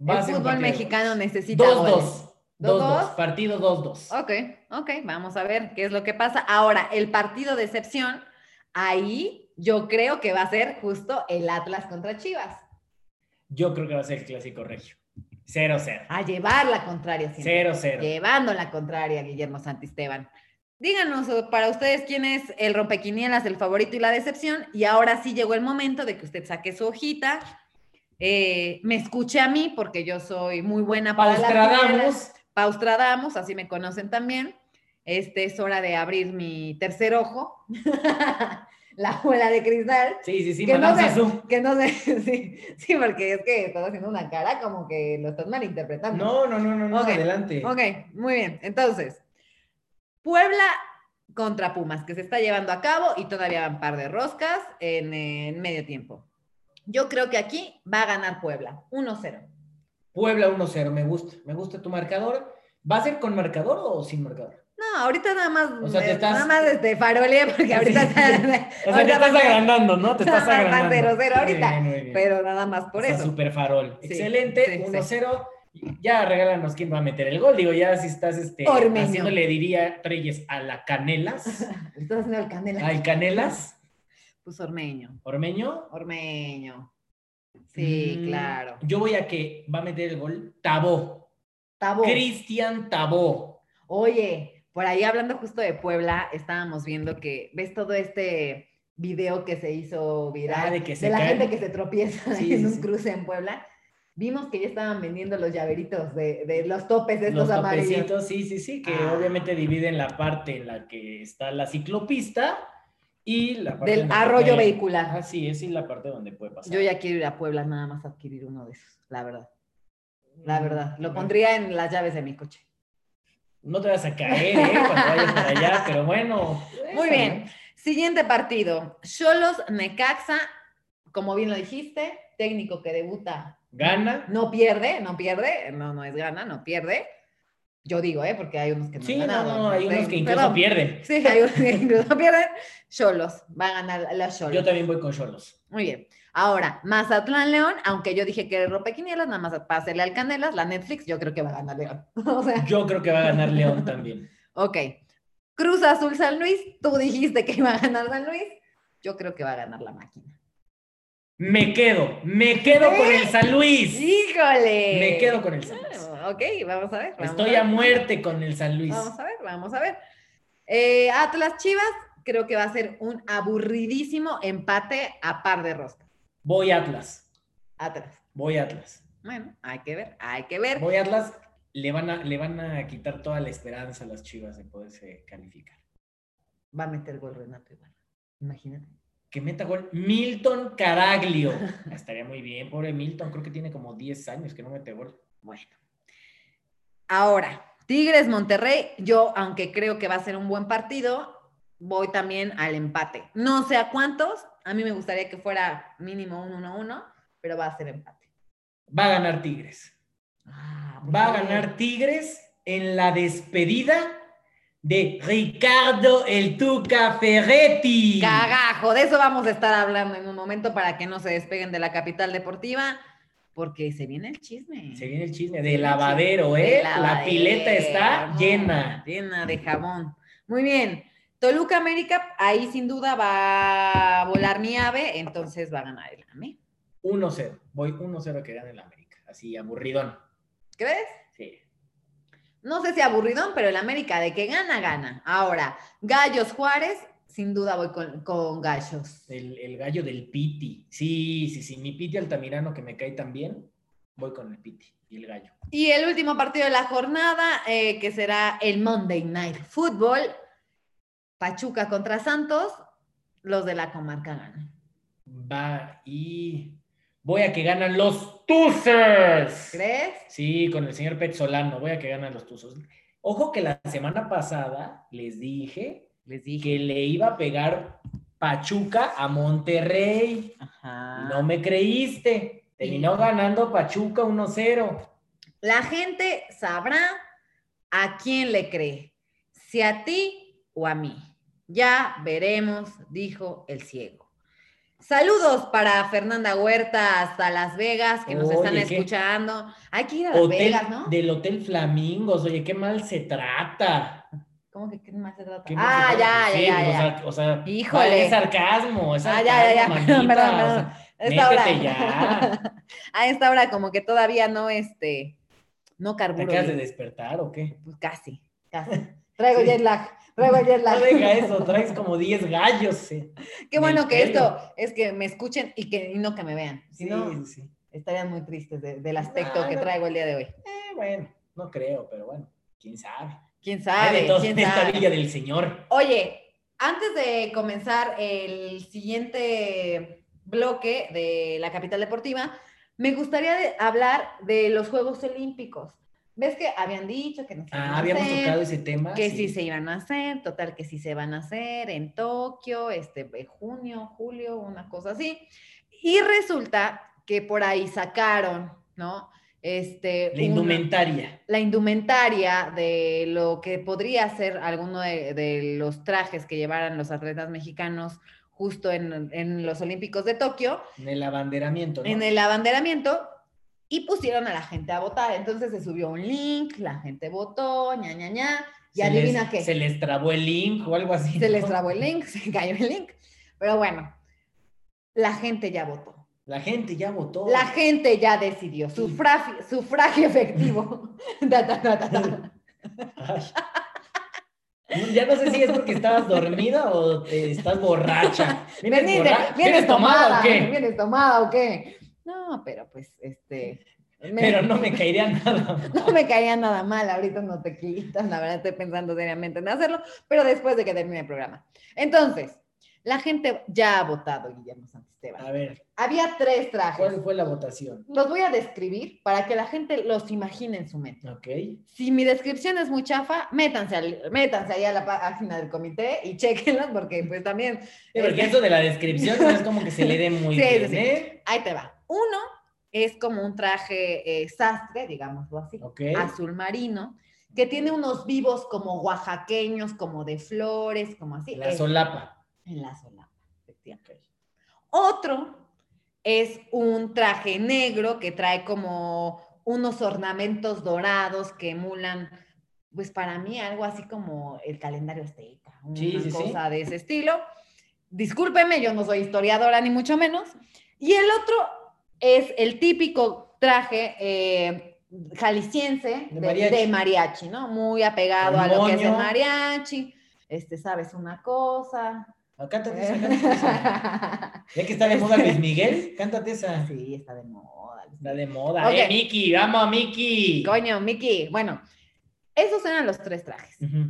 D: Va a
C: el
D: ser un
C: fútbol
D: partido de
C: mexicano
D: goles.
C: necesita. goles.
D: 2-2. 2-2.
C: ¿Dos-dos?
D: Partido 2-2.
C: Ok, ok, vamos a ver qué es lo que pasa. Ahora, el partido de excepción, ahí yo creo que va a ser justo el Atlas contra Chivas.
D: Yo creo que va a ser el clásico regio. 0-0.
C: Ah, A llevar la contraria siempre.
D: 0-0.
C: Llevando la contraria, Guillermo Santisteban. Díganos eh, para ustedes quién es el rompequinielas, el favorito y la decepción. Y ahora sí llegó el momento de que usted saque su hojita, eh, me escuche a mí, porque yo soy muy buena para las novelas.
D: Paustradamus.
C: Paustradamos, así me conocen también. Este es hora de abrir mi tercer ojo, [LAUGHS] la bola de cristal.
D: Sí, sí, sí,
C: que, no
D: Madame
C: sé,
D: Sassou.
C: que no sé, [LAUGHS] sí, sí, porque es que estás haciendo una cara como que lo estás malinterpretando.
D: No, no, no, no, no,
C: Ok,
D: adelante.
C: Ok, muy bien. Entonces, Puebla contra Pumas, que se está llevando a cabo y todavía van par de roscas en, eh, en medio tiempo. Yo creo que aquí va a ganar Puebla, 1-0.
D: Puebla 1-0, me gusta, me gusta tu marcador. ¿Va a ser con marcador o sin marcador?
C: No, ahorita nada más,
D: O sea, te
C: eh,
D: estás-
C: nada más este, farolea, porque ahorita
D: [LAUGHS] Sí.
C: está-
D: O sea, te
C: ahorita
D: estás
C: va a ser- [LAUGHS]
D: agrandando, ¿no? Te estás
C: Nada más
D: agrandando.
C: 0-0 ahorita,
D: Muy bien, muy bien.
C: pero nada más por
D: O sea,
C: eso.
D: Super farol.
C: Sí, sí,
D: Excelente,
C: sí.
D: 1-0. Ya regálanos quién va a meter el gol. Digo, ya si estás este,
C: Ormeño.
D: haciéndole, diría Reyes, a la
C: [LAUGHS]
D: Canelas,
C: Estás haciendo el canela.
D: al Canelas,
C: Pues Ormeño,
D: Ormeño.
C: Ormeño. Sí,
D: Mm,
C: claro.
D: Yo voy a que va a meter el gol Tabó.
C: Tabo.
D: Cristian Tabó.
C: Oye, por ahí hablando justo de Puebla, estábamos viendo que, ¿ves todo este video que se hizo viral
D: Ah, de que se
C: la
D: caen.
C: gente que se tropieza [LAUGHS]
D: Sí,
C: en
D: sí,
C: un
D: sí.
C: cruce en Puebla? Vimos que ya estaban vendiendo los llaveritos de, de los topes estos
D: Los
C: amarillos.
D: topecitos, sí, sí, sí, que
C: Ah.
D: obviamente dividen la parte en la que está la ciclopista y la parte en
C: Del
D: la que
C: arroyo
D: puede-
C: vehicular.
D: Así es, y la parte donde puede pasar.
C: Yo ya quiero ir a Puebla nada más a adquirir uno de esos, la verdad. La verdad. Lo
D: Mm,
C: pondría en las llaves de mi coche.
D: No te vas a caer, ¿eh? Cuando vayas para
C: [LAUGHS]
D: allá, pero bueno.
C: Muy
D: está
C: bien. Siguiente partido. Cholos Necaxa, como bien lo dijiste, técnico que debuta
D: Gana.
C: No pierde, no pierde, no, no es gana, no pierde. Yo digo, ¿eh? Porque hay unos que no
D: Sí,
C: han
D: no,
C: ganado.
D: no, hay
C: entonces,
D: unos que incluso
C: perdón.
D: pierden.
C: Sí, hay unos que incluso pierden. Cholos, va a ganar la
D: Yo
C: Cholos.
D: también voy con Cholos.
C: Muy bien. Ahora, Mazatlán León, aunque yo dije que era ropequinielas, nada más para hacerle al Canelas, la Netflix, yo creo que va a ganar León. [LAUGHS] o sea,
D: Yo creo que va a ganar León también.
C: ok. Cruz Azul San Luis, tú dijiste que iba a ganar San Luis, yo creo que va a ganar la máquina.
D: Me quedo, me quedo con el San Luis.
C: ¡Híjole!
D: Me quedo con el San Luis.
C: Ok, vamos a ver. vamos
D: Estoy
C: ver.
D: a muerte con el San Luis.
C: Vamos a ver, vamos a ver. Eh, Atlas Chivas, creo que va a ser un aburridísimo empate a par de rosca.
D: Voy Atlas,
C: Atlas.
D: voy Atlas.
C: Bueno, hay que ver, hay que ver.
D: Voy Atlas, le van a, le van a quitar toda la esperanza a las chivas de poderse calificar.
C: Va a meter gol Renato igual. Imagínate.
D: Que meta gol Milton [LAUGHS] Caraglio. Estaría muy bien, pobre Milton. Creo que tiene como 10 años que no mete gol.
C: Bueno. Ahora, Tigres Monterrey, yo, aunque creo que va a ser un buen partido, voy también al empate. No sé a cuántos, a mí me gustaría que fuera mínimo un 1-1, pero va a ser empate.
D: Va a ganar Tigres. Ah, Va a ganar Tigres en la despedida de Ricardo el Tuca Ferretti.
C: Cagajo, de eso vamos a estar hablando en un momento para que no se despeguen de la capital deportiva, porque se viene el chisme.
D: Se viene el chisme del lavadero,
C: De
D: ¿eh? La pileta está
C: lavadera,
D: llena.
C: Llena de jabón. Muy bien. Toluca América, ahí sin duda va a volar mi ave, entonces va a ganar el AME.
D: 1-0. Voy 1-0 que gane el América. Así, aburridón.
C: ¿Crees?
D: Sí.
C: No sé si aburridón, pero el América de que gana, gana. Ahora, Gallos Juárez, sin duda voy con, con Gallos.
D: El, el gallo del Piti. Sí, sí, sí. Mi Piti Altamirano que me cae tan bien. Voy con el Piti y el gallo.
C: Y el último partido de la jornada, eh, que será el Monday Night Football, Pachuca contra Santos, los de la comarca ganan.
D: Va y voy a que ganan los Tuzers.
C: ¿Crees?
D: Sí, con el señor Petzolano, voy a que ganan los Tuzos. Ojo que la semana pasada les dije
C: Les
D: que le iba a pegar Pachuca a Monterrey.
C: Ajá.
D: No me creíste. Terminó ganando Pachuca 1-0.
C: La gente sabrá a quién le cree, si a ti o a mí. Ya veremos, dijo el ciego. Saludos para Fernanda Huerta hasta Las Vegas, que nos están
D: Oye, ¿qué?
C: escuchando. Hay que ir a Las
D: Hotel,
C: Vegas, ¿no?
D: Del Hotel Flamingos, oye, qué mal se trata.
C: ¿Cómo que qué más se trata?
D: Qué mal
C: Ah,
D: se
C: ya,
D: trata.
C: ya,
D: Sí,
C: ya,
D: pues,
C: ya.
D: O sea, o sea,
C: Híjole.
D: Es sarcasmo, es
C: Ah,
D: sarcasmo,
C: ya, ya, ya. [LAUGHS] Perdón,
D: manita,
C: perdón,
D: o sea,
C: perdón. A esta hora.
D: métete ya.
C: [LAUGHS] A esta hora como que todavía no, este, no
D: ¿Te
C: carburo.
D: acabas de
C: bien.
D: despertar o qué? [LAUGHS]
C: Pues casi, casi. Traigo jet lag, traigo jet lag.
D: No
C: [LAUGHS]
D: diga eso, traes como 10 gallos. eh.
C: Qué bueno
D: Del
C: que
D: pelo.
C: esto es que me escuchen y que y no que me vean. Si no,
D: sí.
C: estarían muy tristes de- del aspecto
D: Ah,
C: que
D: no.
C: traigo el día de hoy.
D: Eh, bueno, no creo, pero bueno, quién sabe.
C: ¿Quién
D: Hay de
C: sabe?
D: todo
C: ¿Quién
D: en esta
C: sabe?
D: villa del señor.
C: Oye, antes de comenzar el siguiente bloque de la capital deportiva, me gustaría de- hablar de los Juegos Olímpicos. ¿Ves que habían dicho que no se iban
D: Ah,
C: a
D: habíamos
C: hacer,
D: tocado ese tema.
C: que sí. se iban a hacer, total que sí se van a hacer en Tokio, este en junio, julio, una cosa así. Y resulta que por ahí sacaron, ¿no? Este
D: La
C: una-
D: indumentaria.
C: la indumentaria de lo que podría ser alguno de, de los trajes que llevaran los atletas mexicanos justo en, en los Olímpicos de Tokio,
D: En el abanderamiento, ¿no?
C: en el abanderamiento, y pusieron a la gente a votar. Entonces se subió un link, la gente votó, ña, ña, ña, y
D: Se
C: adivina
D: les-
C: qué.
D: Se les trabó el link o algo así.
C: Se
D: ¿no?
C: les trabó el link, [LAUGHS] se cayó el link. Pero bueno, la gente ya votó.
D: La gente ya votó.
C: La gente ya decidió. Sufragio, sufragio
D: [LAUGHS]
C: efectivo. [LAUGHS] Ta, ta, ta, ta, ta.
D: Ay. Ya no sé si es porque estabas dormida o eh,
C: [LAUGHS]
D: estás borracha. ¿Vienes,
C: Veniste,
D: borra-
C: Pues vienes
D: ¿vienes tomada o qué?
C: ¿Vienes tomada o qué? No, pero pues, este. me-
D: Pero no me caería nada.
C: no me caía nada mal, ahorita no te quitan, la verdad estoy pensando seriamente en hacerlo, pero después de que termine el programa. Entonces, la gente ya ha votado, Guillermo Santisteban.
D: A ver,
C: Había tres trajes.
D: ¿cuál fue la votación?
C: Los voy a describir para que la gente los imagine en su mente.
D: Ok.
C: Si mi descripción es muy chafa, métanse, al- métanse ahí a la página del comité y chequenla porque pues también
D: Sí, Porque eso de la descripción no es como que se le dé muy
C: [LAUGHS] Sí, sí,
D: bien,
C: sí.
D: ¿eh?
C: Ahí te va. Uno es como un traje eh, sastre, digámoslo así,
D: Ok.
C: azul marino, que tiene unos vivos como oaxaqueños, como de flores, como así.
D: La
C: Es-
D: solapa.
C: En la solapa, efectivamente. Otro es un traje negro que trae como unos ornamentos dorados que emulan, pues para mí, algo así como el calendario azteca, una
D: Sí, sí, sí.
C: cosa de ese estilo. Discúlpeme, yo no soy historiadora ni mucho menos. Y el otro es el típico traje eh, jalisciense de de
D: De
C: mariachi.
D: mariachi.
C: ¿no? Muy apegado
D: Con
C: a lo que es el
D: moño.
C: mariachi. Este, sabes una cosa.
D: Acá cántate esa,
C: [LAUGHS]
D: cántate esa. Ya que está de moda Luis Miguel, cántate esa.
C: Sí, está de moda. Luis
D: Está de moda.
C: Ok.
D: ¡Eh, Miki! ¡Vamos, a Miki!
C: Coño, Miki. Bueno, esos eran los tres trajes.
D: Ujú.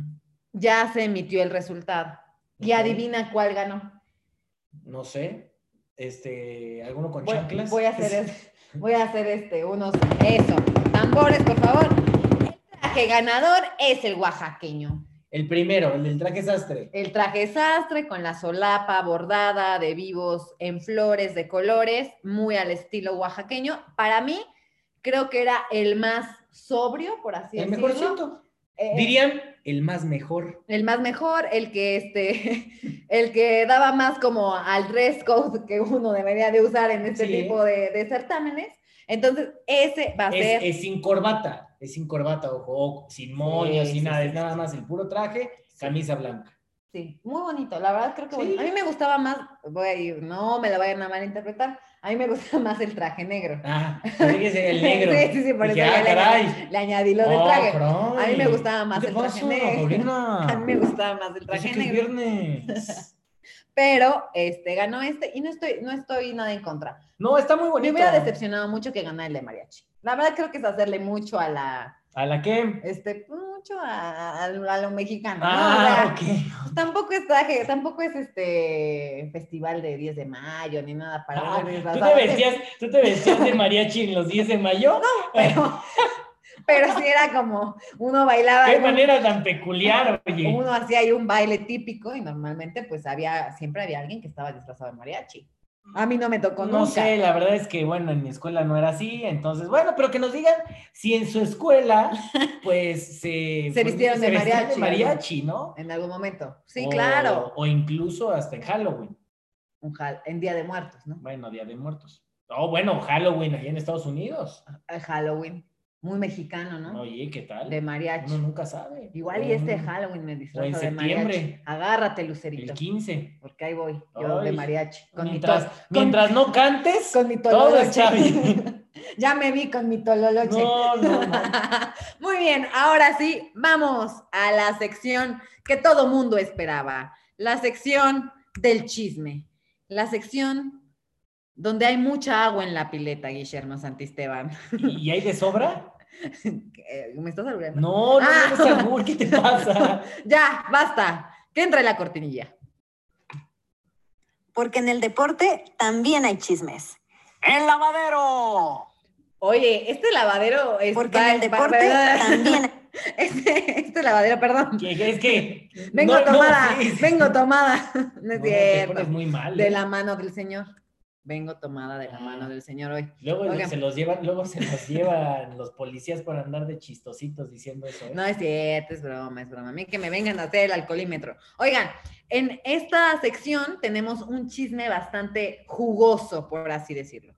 C: Ya se emitió el resultado. Y
D: Ok.
C: adivina cuál ganó.
D: No sé. Este, ¿alguno con
C: Voy,
D: chanclas?
C: voy a
D: [LAUGHS]
C: hacer es- voy a hacer este, unos. Eso. Tambores, por favor. El traje ganador es el oaxaqueño.
D: El primero, el del traje sastre.
C: El traje sastre con la solapa bordada de vivos en flores de colores, muy al estilo oaxaqueño. Para mí, creo que era el más sobrio, por así
D: el
C: decirlo.
D: mejorcito.
C: Eh,
D: Dirían, el más mejor.
C: El más mejor, el que este, [LAUGHS] el que daba más como al dress code que uno debería de usar en este
D: Sí.
C: tipo de, de certámenes. Entonces, ese va a
D: Es, e-
C: ser
D: es sin corbata. Es sin corbata, ojo, ojo, sin moño,
C: Sí,
D: sin
C: sí,
D: nada.
C: sí,
D: es nada más el puro traje, camisa blanca.
C: sí, muy bonito. La verdad creo que
D: Sí.
C: bonito. a mí me gustaba más, voy a ir, no me la vayan a malinterpretar, a mí me gusta [LAUGHS] más el traje negro.
D: Ah, fíjese, el
C: [LAUGHS]
D: negro.
C: Sí, sí, sí, por
D: Dije,
C: eso
D: ah,
C: ya le-
D: caray.
C: Le añadí lo del
D: Oh,
C: traje.
D: caray.
C: A mí me gustaba más
D: ¿Qué te
C: el traje
D: pasa,
C: negro.
D: Paulina?
C: [LAUGHS] A mí me gustaba más el
D: Pensé
C: traje
D: que es
C: negro.
D: viernes.
C: [LAUGHS] Pero este ganó este y no estoy, no estoy nada en contra.
D: No, está muy bonito.
C: Me hubiera decepcionado mucho que ganara el de mariachi. La verdad creo que es hacerle mucho a la,
D: ¿A la qué?
C: este, mucho a, a- a lo mexicano. ¿no?
D: Ah,
C: O sea, pues,
D: ok.
C: Tampoco es traje, tampoco es este festival de 10 de mayo ni nada para
D: Ah,
C: verles las
D: ¿tú, te
C: babas. [LAUGHS]
D: vestías, ¿Tú te vestías de mariachi en los 10 de mayo?
C: Pero, pero sí era como uno bailaba.
D: Qué
C: un-
D: manera tan peculiar, oye.
C: Uno hacía ahí un baile típico y normalmente pues había, siempre había alguien que estaba disfrazado de mariachi. A mí no me tocó
D: No
C: nunca.
D: sé, la verdad es que, bueno, en mi escuela no era así, entonces, bueno, pero que nos digan si en
C: [LAUGHS]
D: su escuela, pues, se,
C: Se vistieron de
D: vestían
C: mariachi,
D: mariachi, ¿no?
C: En algún momento. Sí,
D: O-
C: claro.
D: O incluso hasta en Halloween,
C: Un jal- en Día de Muertos, ¿no?
D: bueno, Día de Muertos. Oh, bueno, Halloween allá en Estados Unidos.
C: el Halloween, muy mexicano, ¿no?
D: Oye, ¿qué tal?
C: De mariachi.
D: Uno nunca sabe.
C: Igual
D: Mm, O
C: y este
D: un-
C: Halloween me disfrazo de
D: septiembre.
C: mariachi. Agárrate, Lucerito,
D: El 15.
C: porque ahí voy, yo de
D: Ay,
C: mariachi. Con mi
D: mientras
C: tos- con-
D: mientras no cantes,
C: con mi
D: todo
C: tololoche.
D: está bien.
C: [LAUGHS] Ya me vi con mi tololoche.
D: No, no, no.
C: [LAUGHS] Muy bien, ahora sí, vamos a la sección que todo mundo esperaba, la sección del chisme, la sección donde hay mucha agua en la pileta, Guillermo Santisteban. [LAUGHS]
D: ¿Y, y hay de sobra?
C: Eh, ¿Me estás albureando?
D: No, no,
C: Ah.
D: no, Saúl, ¿qué te
C: [LAUGHS]
D: pasa?
C: Ya, basta, que entre la cortinilla.
F: Porque en el deporte también hay chismes.
E: El lavadero.
C: Oye, este lavadero es
F: Porque en el deporte también.
C: [LAUGHS] Este, este lavadero, perdón.
D: Que- que Es que.
C: Vengo
D: no, no,
C: tomada,
D: sí, sí.
C: vengo tomada. [LAUGHS] No es
D: No, Te
C: cierto.
D: pones muy mal.
C: De
D: ¿eh?
C: la mano del Señor. Vengo tomada de la mano del Señor hoy.
D: Luego
C: Oigan.
D: se los llevan, luego se los llevan los policías por andar de chistositos diciendo eso. ¿eh?
C: No es cierto, es broma, es broma. A mí que me vengan a hacer el alcoholímetro. Oigan, en esta sección tenemos un chisme bastante jugoso, por así decirlo.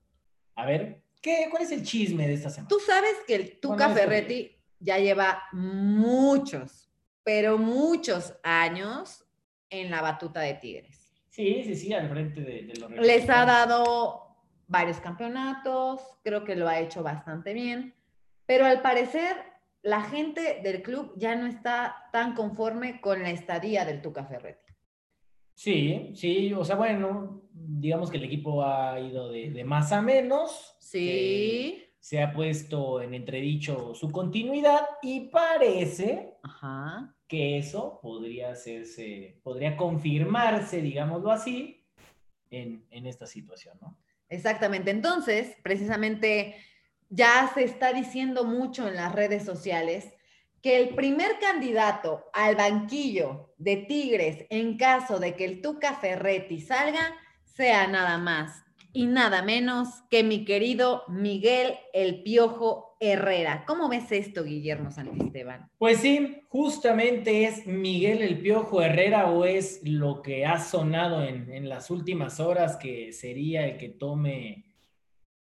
D: A ver, ¿qué, ¿cuál es el chisme de esta semana?
C: Tú sabes que el Tuca
D: Bueno, eso-
C: Ferretti ya lleva muchos, pero muchos años en la batuta de Tigres.
D: Sí, sí, sí, al frente de, de
C: Les
D: los
C: ha
D: representantes.
C: dado varios campeonatos, creo que lo ha hecho bastante bien, pero al parecer la gente del club ya no está tan conforme con la estadía del Tuca Ferretti.
D: Sí, sí, o sea, bueno, digamos que el equipo ha ido de, de más a menos.
C: Sí.
D: Se ha puesto en entredicho su continuidad y parece
C: Ajá.
D: que eso podría hacerse, podría confirmarse, digámoslo así, en, en esta situación, ¿no?
C: Exactamente. Entonces, precisamente ya se está diciendo mucho en las redes sociales que el primer candidato al banquillo de Tigres en caso de que el Tuca Ferretti salga sea nada más y nada menos que mi querido Miguel El Piojo Herrera. ¿Cómo ves esto, Guillermo Santisteban?
D: Pues sí, justamente es Miguel el Piojo Herrera o es lo que ha sonado en, en las últimas horas que sería el que tome,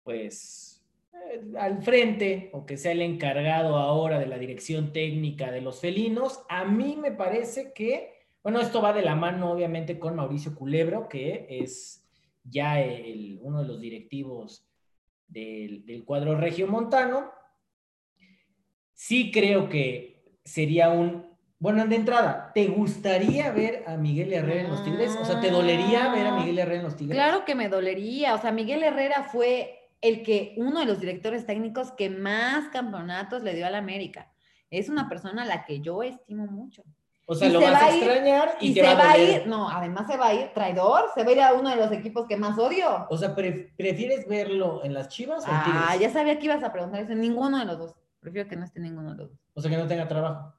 D: pues, eh, al frente o que sea el encargado ahora de la dirección técnica de los felinos. A mí me parece que, bueno, esto va de la mano obviamente con Mauricio Culebro, que es ya el- uno de los directivos del, del cuadro regiomontano. Sí creo que sería un... Bueno, de entrada, ¿te gustaría ver a Miguel Herrera en los Tigres? O sea, ¿te dolería ver a Miguel Herrera en los Tigres?
C: Ah, Claro que me dolería. O sea, Miguel Herrera fue el que, uno de los directores técnicos que más campeonatos le dio a la América. Es una persona a la que yo estimo mucho.
D: O sea,
C: Y
D: lo
C: se
D: vas
C: va
D: a
C: a ir-
D: extrañar y,
C: Y
D: te
C: se
D: va, a doler.
C: ir, no, además se va a ir traidor, se va a ir a uno de los equipos que más odio.
D: O sea, pre- ¿prefieres verlo en las Chivas o en
C: Ah,
D: Tigres?
C: ya sabía que ibas a preguntar eso. Ninguno de los dos. Prefiero que no esté ninguno de los dos.
D: O sea, que no tenga trabajo.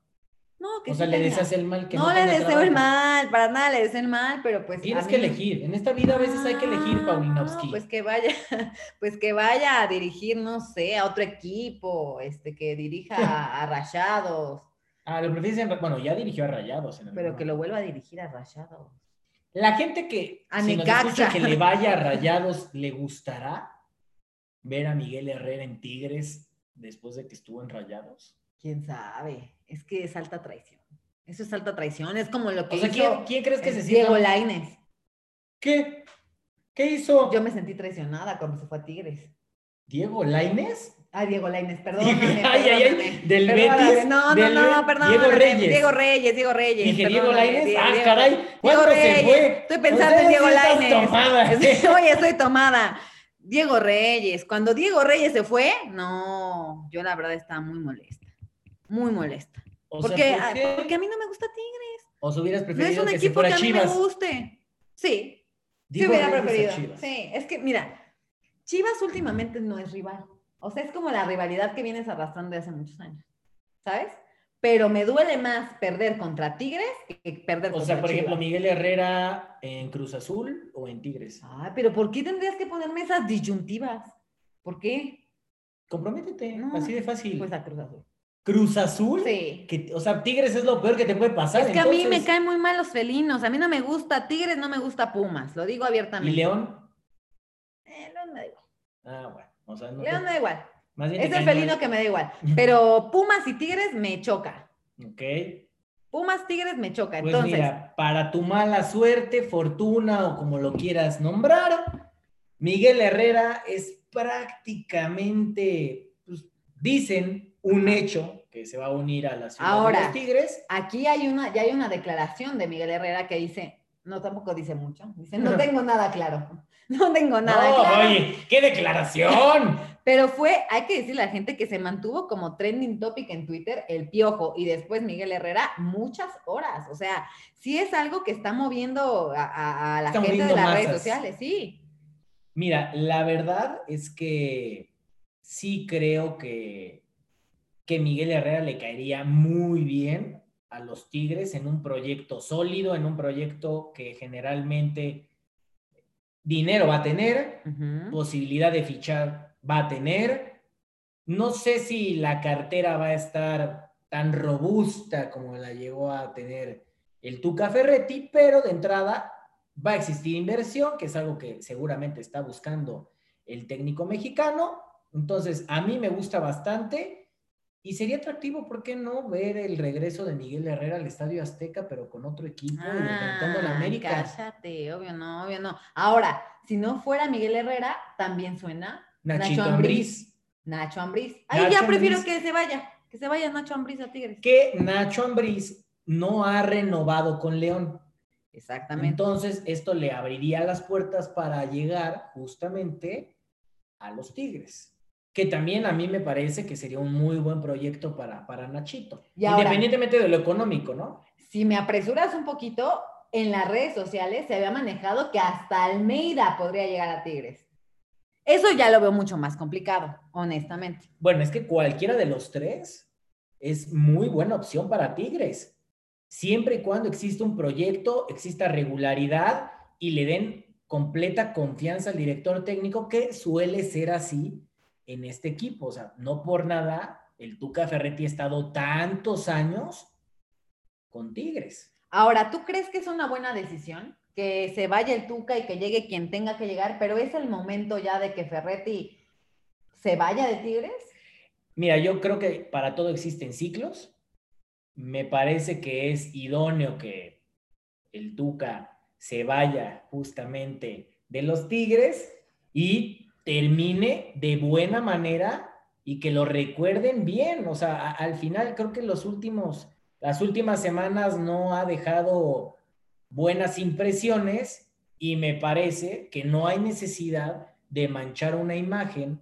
C: No, que
D: O
C: sí
D: sea, le
C: tenga.
D: deseas el mal que no
C: No le
D: tenga
C: deseo el
D: trabajo.
C: mal, para nada le deseo el mal, pero pues.
D: Tienes
C: a
D: que
C: mí-
D: elegir. En esta vida a veces hay que elegir,
C: Ah,
D: Paulinovsky.
C: Pues que vaya, [LAUGHS] pues que vaya a dirigir, no sé, a otro equipo, este, que dirija
D: [LAUGHS]
C: a, a Rayados,
D: Ah, lo prefieres en- Bueno, ya dirigió a Rayados. En el
C: pero que lo vuelva a dirigir a Rayados.
D: La gente que,
C: A
D: si nos
C: Necaxa.
D: escucha que
C: [LAUGHS]
D: le vaya a Rayados, ¿le gustará ver a Miguel Herrera en Tigres después de que estuvo en Rayados?
C: Quién sabe, es que es alta traición. Eso es alta traición, es como lo que
D: O sea,
C: hizo eh,
D: ¿quién, quién crees que se sienta?
C: Diego Lainez.
D: ¿Qué? ¿Qué hizo?
C: Yo me sentí traicionada cuando se fue a Tigres.
D: ¿Diego Lainez?
C: Ah, Diego Lainez, perdóname.
D: [LAUGHS] Ay, ay, ay,
C: perdóname.
D: del
C: Perdóname.
D: Betis,
C: No,
D: del
C: no, no,
D: Be-
C: perdóname.
D: Diego Reyes.
C: Diego Reyes, Diego Reyes.
D: Dije Diego
C: perdóname,
D: Lainez.
C: Diego-
D: Ah,
C: Diego-
D: caray.
C: Diego
D: ¿Cuándo se
C: Reyes.
D: fue?
C: Estoy pensando en
D: Ustedes
C: Diego
D: sí están
C: Lainez.
D: tomadas.
C: [LAUGHS]
D: ¿eh?
C: Oye, estoy tomada. Diego Reyes. Cuando Diego Reyes se fue, no, yo la verdad estaba muy molesta. Muy molesta.
D: O sea,
C: Porque,
D: ¿por qué?
C: ah, porque a mí no me gusta Tigres.
D: O se hubieras
C: No es
D: preferido
C: un
D: que se
C: equipo que
D: fuera
C: a
D: a
C: mí me
D: Chivas.
C: guste. Sí, Sí,
D: Diego
C: hubiera
D: Reyes a
C: preferido.
D: Chivas.
C: Sí, es que, mira, Chivas últimamente no es rival. O sea, es como la rivalidad que vienes arrastrando de hace muchos años, ¿sabes? Pero me duele más perder contra Tigres que perder
D: O
C: contra
D: sea, por ejemplo,
C: Chivas.
D: Miguel Herrera en Cruz Azul o en Tigres.
C: Ah, pero ¿por qué tendrías que ponerme esas disyuntivas? ¿Por qué?
D: Comprométete,
C: No,
D: así de fácil.
C: Pues a Cruz Azul.
D: Cruz Azul.
C: Sí.
D: que- o sea, Tigres es lo peor que te puede pasar.
C: Es que a mí me
D: entonces.
C: caen muy mal los felinos. A mí no me gusta Tigres, no me gusta Pumas. Lo digo
D: ¿Y
C: abiertamente.
D: León?
C: Eh, León me da igual.
D: Ah, bueno. O sea, no,
C: León me da igual.
D: más bien
C: Es
D: te
C: el
D: caen
C: felino
D: mal.
C: que me da igual. Pero Pumas y Tigres me choca.
D: Ok.
C: Pumas Tigres me choca.
D: Pues
C: Entonces,
D: mira, para tu mala suerte, fortuna o como lo quieras nombrar, Miguel Herrera es prácticamente, pues, dicen, un hecho que se va a unir a la ciudad
C: Ahora.
D: de los Tigres.
C: Aquí hay una, ya hay una declaración de Miguel Herrera que dice, no, tampoco dice mucho, dice, no tengo nada claro, [LAUGHS] no tengo nada
D: no,
C: claro.
D: oye, qué declaración.
C: Pero fue, hay que decirle a la gente que se mantuvo como trending topic en Twitter, el piojo, y después Miguel Herrera, muchas horas. O sea, sí es algo que está moviendo a, a- a la
D: Está
C: gente de
D: moviendo
C: las redes
D: masas.
C: sociales, sí.
D: Mira, la verdad es que sí creo que, que Miguel Herrera le caería muy bien a los Tigres en un proyecto sólido, en un proyecto que generalmente dinero va a tener, posibilidad de fichar va a tener. No sé si la cartera va a estar tan robusta como la llegó a tener el Tuca Ferretti, pero de entrada va a existir inversión, que es algo que seguramente está buscando el técnico mexicano. Entonces, a mí me gusta bastante y sería atractivo, ¿por qué no?, ver el regreso de Miguel Herrera al Estadio Azteca, pero con otro equipo y enfrentando a Pues, la
C: Ah,
D: América.
C: Cállate, obvio no, obvio no. Ahora, si no fuera Miguel Herrera, también suena
D: Nachito
C: Nacho
D: Ambriz.
C: Nacho Ambriz. Ay,
D: Nacho
C: ya prefiero
D: Ambriz.
C: que se vaya, que se vaya Nacho Ambriz a Tigres.
D: que Nacho Ambriz no ha renovado con León.
C: Exactamente.
D: Entonces, esto le abriría las puertas para llegar justamente a los Tigres, que también a mí me parece que sería un muy buen proyecto para, para Nachito,
C: Y ahora-
D: independientemente de lo económico, ¿no?
C: si me apresuras un poquito, en las redes sociales se había manejado que hasta Almeida podría llegar a Tigres. Eso ya lo veo mucho más complicado, honestamente.
D: Bueno, es que cualquiera de los tres es muy buena opción para Tigres, siempre y cuando exista un proyecto, exista regularidad y le den completa confianza al director técnico, que suele ser así en este equipo. O sea, no por nada el Tuca Ferretti ha estado tantos años con Tigres.
C: Ahora, ¿tú crees que es una buena decisión? Que se vaya el Tuca y que llegue quien tenga que llegar, pero es el momento ya de que Ferretti se vaya de Tigres.
D: Mira, yo creo que para todo existen ciclos. Me parece que es idóneo que el Tuca se vaya justamente de los Tigres y termine de buena manera y que lo recuerden bien. O sea, a- al final creo que los últimos, las últimas semanas no ha dejado buenas impresiones y me parece que no hay necesidad de manchar una imagen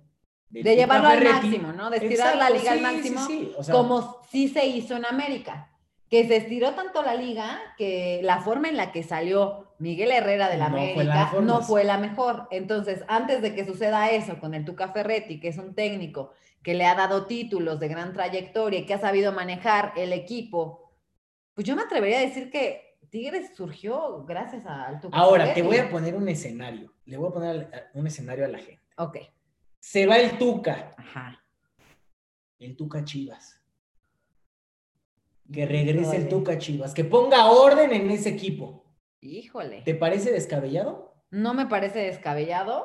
D: del
C: De
D: Tuca
C: llevarlo al
D: Ferretti.
C: máximo, ¿no? De estirar la
D: Exacto,
C: liga al
D: sí,
C: máximo.
D: sí, sí. O sea,
C: como sí se hizo en América, que se estiró tanto la liga que la forma en la que salió Miguel Herrera de la
D: No fue la
C: América
D: mejor, pues.
C: no
D: no.
C: fue la mejor. Entonces, antes de que suceda eso con el Tuca Ferretti, que es un técnico que le ha dado títulos de gran trayectoria y que ha sabido manejar el equipo, pues yo me atrevería a decir que Tigres surgió gracias a- al Tuca.
D: Ahora, te
C: Ferretti.
D: voy a poner un escenario. Le voy a poner al- a- un escenario a la gente.
C: Ok,
D: Se va el Tuca,
C: ajá.
D: el Tuca Chivas. Que regrese el
C: Híjole.
D: Tuca Chivas, que ponga orden en ese equipo.
C: Híjole.
D: ¿Te parece descabellado?
C: No me parece descabellado.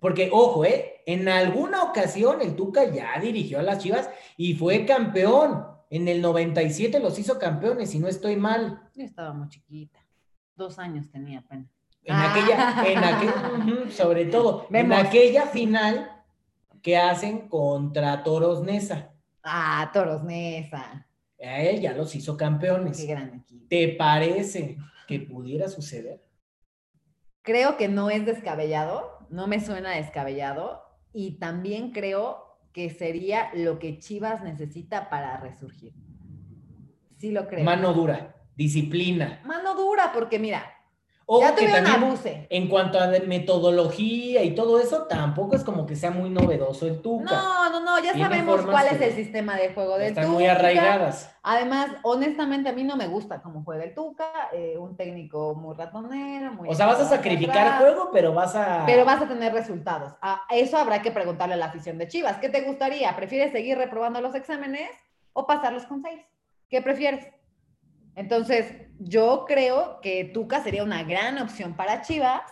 D: Porque, ojo, ¿eh? En alguna ocasión el Tuca ya dirigió a las Chivas y fue campeón. En el 97 los hizo campeones, si no estoy mal.
C: Yo estaba muy chiquita. Dos años tenía apenas.
D: En
C: Ah.
D: aquella, en aquel, ujú, sobre todo,
C: Vemos.
D: en aquella final que hacen contra Toros Neza.
C: Ah, Toros Nesa.
D: A él ya los hizo campeones.
C: Qué gran equipo.
D: ¿Te parece que pudiera suceder?
C: Creo que no es descabellado, no me suena descabellado y también creo que sería lo que Chivas necesita para resurgir. Sí lo creo.
D: Mano dura, disciplina.
C: Mano dura, porque mira,
D: Ojo
C: ya
D: que
C: tuvieron
D: también,
C: abuse.
D: en cuanto a de- metodología y todo eso, tampoco es como que sea muy novedoso el Tuca.
C: No, no, no, ya
D: Tiene
C: sabemos
D: formas
C: cuál es
D: que
C: el sistema de juego del
D: Están muy
C: Tuca.
D: arraigadas.
C: Además, honestamente, a mí no me gusta cómo juega el Tuca, eh, un técnico muy ratonero. Muy
D: O sea, vas a
C: atrás.
D: sacrificar juego, pero vas a...
C: Pero vas a tener resultados. A eso habrá que preguntarle a la afición de Chivas. ¿Qué te gustaría? ¿Prefieres seguir reprobando los exámenes o pasarlos con seis? ¿Qué prefieres? Entonces, yo creo que Tuca sería una gran opción para Chivas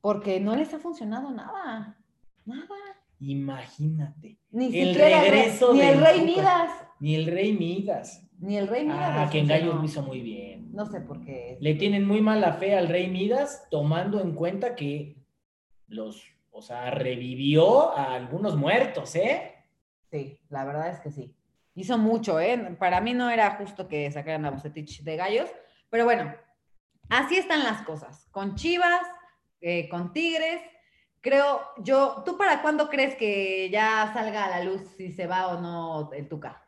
C: porque no les ha funcionado nada. Nada.
D: Imagínate.
C: Ni
D: El
C: siquiera el rey-
D: regreso
C: ni el
D: del
C: Rey
D: Tuca.
C: Midas.
D: Ni el Rey Midas.
C: Ni el Rey Midas.
D: Ah,
C: les
D: que en Gallos lo
C: funcionó.
D: hizo muy bien.
C: No sé por qué.
D: Le tienen muy mala fe al Rey Midas, tomando en cuenta que los, o sea, revivió a algunos muertos, ¿eh?
C: Sí, la verdad es que sí. Hizo mucho, ¿eh? Para mí no era justo que sacaran a Bucetich de gallos, pero bueno, así están las cosas. Con Chivas, eh, con Tigres, creo yo, ¿tú para cuándo crees que ya salga a la luz si se va o no el Tuca?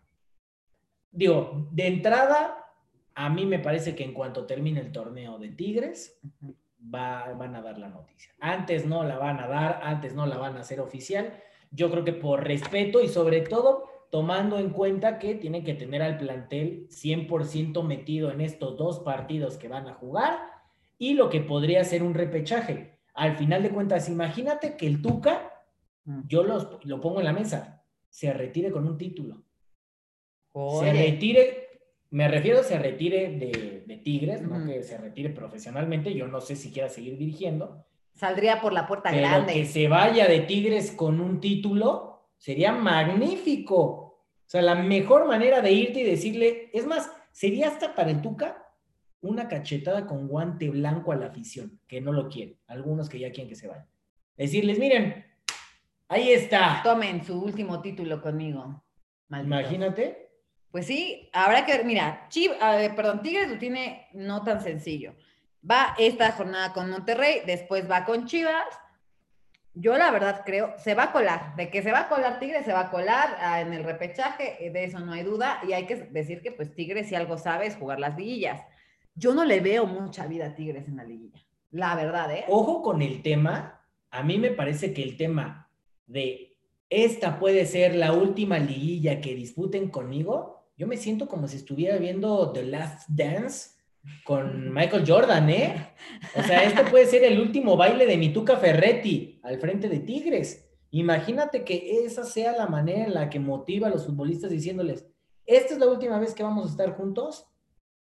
D: Digo, de entrada, a mí me parece que en cuanto termine el torneo de Tigres, va- van a dar la noticia. Antes no la van a dar, antes no la van a hacer oficial. Yo creo que por respeto y sobre todo tomando en cuenta que tienen que tener al plantel 100% metido en estos dos partidos que van a jugar y lo que podría ser un repechaje. Al final de cuentas, imagínate que el Tuca, yo los- lo pongo en la mesa, se retire con un título se retire, me refiero a se retire de, de Tigres, no
C: Ujú.
D: que se retire profesionalmente, yo no sé si quiera seguir dirigiendo,
C: Saldría por la puerta
D: pero que
C: grande.
D: se vaya de Tigres con un título sería magnífico. O sea, la mejor manera de irte y decirle, es más, sería hasta para el Tuca una cachetada con guante blanco a la afición, que no lo quieren, algunos que ya quieren que se vayan. Decirles, miren, ahí está.
C: Tomen su último título conmigo. malditos.
D: Imagínate.
C: Pues sí, habrá que ver. Mira, Chiv- eh, perdón, Tigres lo tiene no tan sencillo. Va esta jornada con Monterrey, después va con Chivas. Yo la verdad creo, se va a colar. De que se va a colar Tigres, se va a colar ah, en el repechaje, eh, de eso no hay duda. Y hay que decir que pues Tigres si algo sabe es jugar las liguillas. Yo no le veo mucha vida a Tigres en la liguilla. La verdad, ¿eh?
D: ojo con el tema. A mí me parece que el tema de esta puede ser la última liguilla que disputen conmigo, yo me siento como si estuviera viendo The Last Dance con Michael Jordan, ¿eh? O sea, este puede ser el último baile de Mituca Ferretti al frente de Tigres. Imagínate que esa sea la manera en la que motiva a los futbolistas diciéndoles, esta es la última vez que vamos a estar juntos,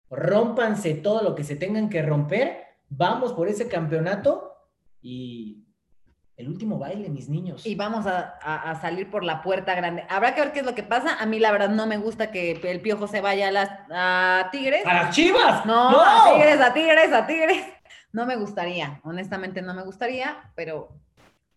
D: rómpanse todo lo que se tengan que romper, vamos por ese campeonato y el último baile, mis niños.
C: y vamos a, a- a salir por la puerta grande. Habrá que ver qué es lo que pasa. A mí, la verdad, no me gusta que el piojo se vaya a, las, a Tigres.
D: ¡A las chivas!
C: No, a Tigres, a Tigres, a Tigres. No me gustaría, honestamente no me gustaría, pero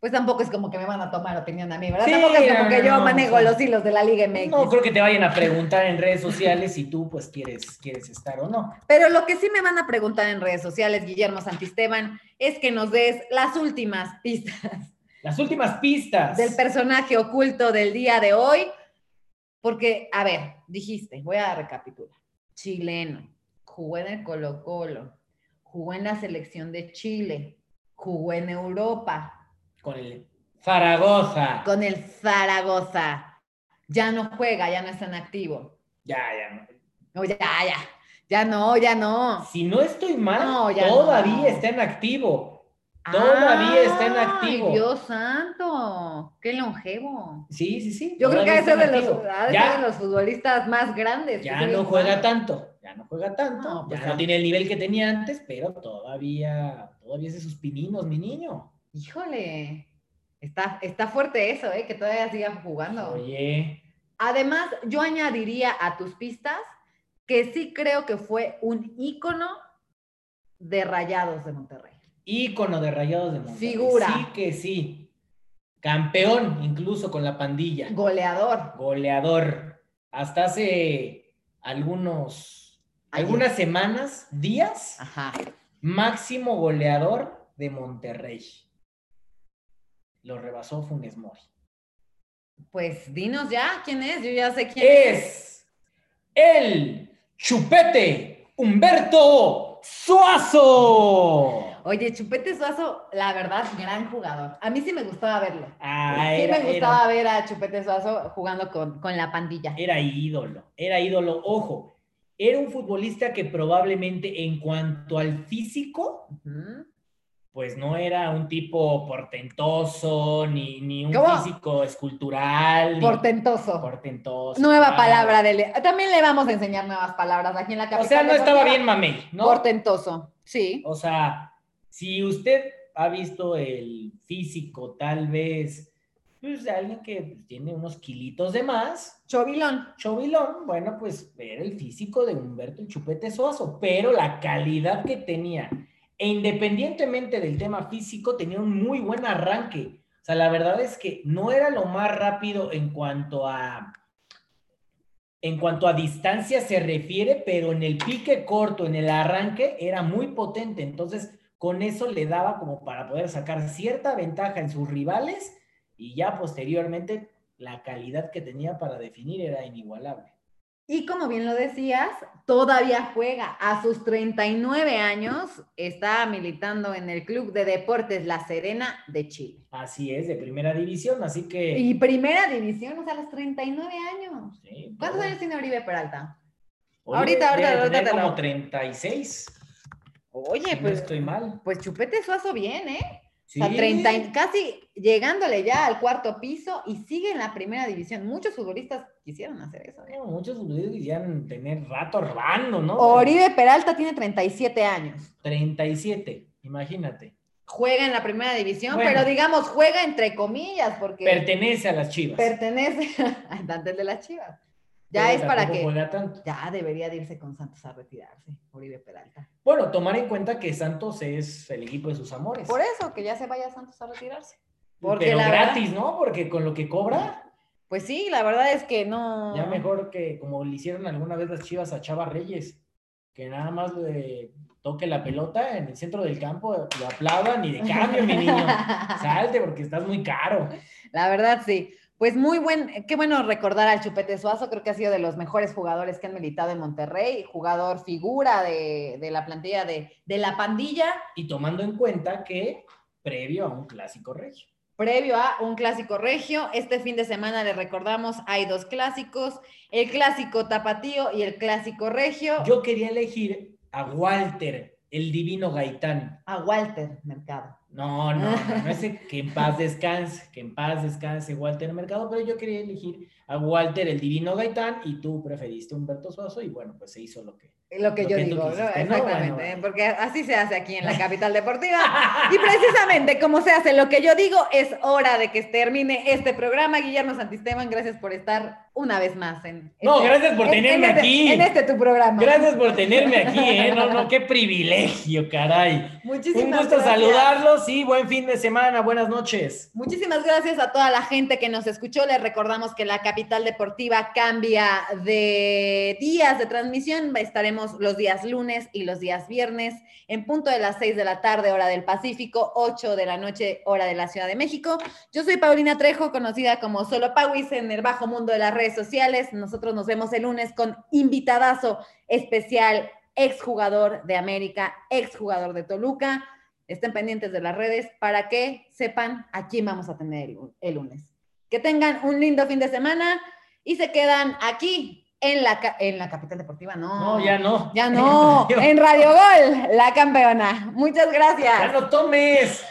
C: pues tampoco es como que me van a tomar opinión a mí, ¿verdad?
D: Sí,
C: tampoco es como
D: no,
C: que
D: no,
C: yo
D: no,
C: manejo
D: sí.
C: los hilos de la Liga MX.
D: No creo que te vayan a preguntar en redes sociales si tú pues quieres, quieres estar o no.
C: Pero lo que sí me van a preguntar en redes sociales, Guillermo Santisteban, es que nos des las últimas pistas
D: Las últimas pistas.
C: del personaje oculto del día de hoy. Porque, a ver, dijiste, voy a recapitular. Chileno, jugó en el Colo Colo, jugó en la selección de Chile, jugó en Europa,
D: Con el Zaragoza.
C: con el Zaragoza. Ya no juega, ya no es tan activo.
D: Ya, ya. no.
C: No, ya, ya. Ya no, ya no.
D: Si no estoy mal,
C: No, ya
D: todavía
C: no.
D: está en activo. Todavía está en
C: Ay,
D: activo.
C: Dios santo, qué longevo.
D: Sí, sí, sí.
C: Yo creo que
D: todavía
C: ha de
D: está
C: ser de
D: en
C: los,
D: activo.
C: ha de
D: ya,
C: ser de los futbolistas más grandes. que
D: ya
C: se
D: no
C: ven
D: juega
C: jugando.
D: tanto. Ya no juega tanto.
C: No, pues
D: ya
C: ya.
D: no tiene el nivel que tenía antes, pero todavía, todavía es de sus pininos, mi niño.
C: Híjole, está, está fuerte eso, ¿eh? que todavía sigan jugando.
D: Oye,
C: Además, yo añadiría a tus pistas que sí creo que fue un ícono de Rayados de Monterrey.
D: ícono de Rayados de Monterrey.
C: Figura.
D: Sí que sí. Campeón, incluso con la pandilla.
C: Goleador.
D: Goleador. Hasta hace algunos,
C: Ayer.
D: algunas semanas, días,
C: Ajá.
D: máximo goleador de Monterrey. Lo rebasó Funes Mori.
C: Pues dinos ya quién es, yo ya sé quién es.
D: es el chupete Humberto Suazo.
C: Oye, Chupete Suazo, la verdad, gran jugador. A mí sí me gustaba verlo.
D: Ah,
C: sí
D: era,
C: me gustaba ver a Chupete Suazo jugando con, con la pandilla.
D: era- era ídolo, era ídolo. Ojo, era un futbolista que probablemente en cuanto al físico,
C: Ujú.
D: pues no era un tipo portentoso, ni, ni un
C: ¿Cómo?
D: físico escultural. ni
C: Portentoso.
D: portentoso.
C: Nueva
D: claro.
C: palabra de le- También le vamos a enseñar nuevas palabras aquí en la capital.
D: O sea, no estaba
C: deportiva.
D: bien mamey, ¿no?
C: Portentoso. Sí.
D: O sea, si usted ha visto el físico, tal vez, pues de alguien que tiene unos kilitos de más,
C: Chovilón.
D: chovilón, bueno, pues era el físico de Humberto el Chupete Suazo, pero la calidad que tenía e independientemente del tema físico, tenía un muy buen arranque. O sea, la verdad es que no era lo más rápido en cuanto a en cuanto a distancia se refiere, pero en el pique corto, en el arranque, era muy potente. Entonces, con eso le daba como para poder sacar cierta ventaja en sus rivales y ya posteriormente la calidad que tenía para definir era inigualable.
C: Y como bien lo decías, todavía juega. A sus 39 años está militando en el Club de Deportes La Serena de Chile.
D: Así es, de primera división, así que...
C: Y primera división, o sea, a los 39 años.
D: Sí,
C: ¿Cuántos
D: todo.
C: años tiene Oribe Peralta?
D: Oye,
C: Ahorita, ahorita,
D: debe
C: ahorita
D: tener
C: te lo-
D: como 36,
C: Oye,
D: si no estoy mal.
C: pues Chupete Suazo bien, ¿eh?
D: Sí.
C: O sea, 30 y- casi llegándole ya al cuarto piso y sigue en la primera división. Muchos futbolistas quisieron hacer eso. ¿eh?
D: No, Muchos futbolistas quisieran tener rato robando, ¿no?
C: Oribe Peralta tiene 37 años.
D: 37, imagínate.
C: Juega en la primera división,
D: Bueno.
C: pero digamos juega entre comillas porque
D: Pertenece a las Chivas.
C: pertenece [LAUGHS] al Dantes de las Chivas. Ya
D: Pero
C: es para
D: tampoco
C: que
D: juega tanto.
C: ya debería de irse con Santos a retirarse, Oribe Peralta.
D: Bueno, tomar en cuenta que Santos es el equipo de sus amores.
C: Por eso que ya se vaya Santos a retirarse. porque
D: Pero
C: la verdad-
D: gratis, ¿no? Porque con lo que cobra,
C: Pues sí, la verdad es que no.
D: ya mejor que como le hicieron alguna vez las Chivas a Chava Reyes, que nada más le toque la pelota en el centro del campo, lo aplaudan y de cambio,
C: [LAUGHS]
D: mi niño. Salte porque estás muy caro.
C: La verdad, sí. Pues muy buen, qué bueno recordar al Chupete Suazo, creo que ha sido de los mejores jugadores que han militado en Monterrey, jugador figura de, de la plantilla de, de la pandilla,
D: Y tomando en cuenta que previo a un clásico regio.
C: previo a un clásico regio. Este fin de semana le recordamos, hay dos clásicos, el clásico tapatío y el clásico regio.
D: Yo quería elegir a Walter, el divino Gaitán.
C: A Walter Mercado.
D: No, no, no, no ese que en paz descanse, que en paz descanse Walter Mercado, pero yo quería elegir a Walter el Divino Gaitán y tú preferiste a Humberto Suazo y bueno, pues se hizo lo que.
C: Lo que
D: Lo
C: yo
D: que tú
C: digo, ¿no?
D: quisiste, ¿no?
C: Exactamente,
D: Bueno.
C: ¿eh? porque así se hace aquí en
D: [LAUGHS]
C: la capital deportiva. Y precisamente como se hace lo que yo digo, es hora de que termine este programa. Guillermo Santisteban, gracias por estar una vez más en
D: No,
C: este-
D: gracias por
C: en-
D: tenerme
C: en este-
D: aquí.
C: En este tu programa.
D: Gracias por tenerme aquí, ¿eh? No, no, qué privilegio, caray.
C: Muchísimas
D: Un gusto
C: gracias.
D: saludarlos y buen fin de semana, buenas noches.
C: Muchísimas gracias a toda la gente que nos escuchó. Les recordamos que la capital deportiva cambia de días de transmisión. Estaremos los días lunes y los días viernes en punto de las 6 de la tarde, hora del Pacífico, 8 de la noche, hora de la Ciudad de México. Yo soy Paulina Trejo, conocida como Solo Pauis en el bajo mundo de las redes sociales. Nosotros nos vemos el lunes con invitadazo especial, exjugador de América, exjugador de Toluca estén pendientes de las redes para que sepan a quién vamos a tener el, lu- el lunes. Que tengan un lindo fin de semana y se quedan aquí en la, ca- en la capital deportiva. No,
D: No, ya no. [LAUGHS]
C: Ya no, en Radio Gol, la campeona. Muchas
D: Ya
C: gracias.
D: no tomes.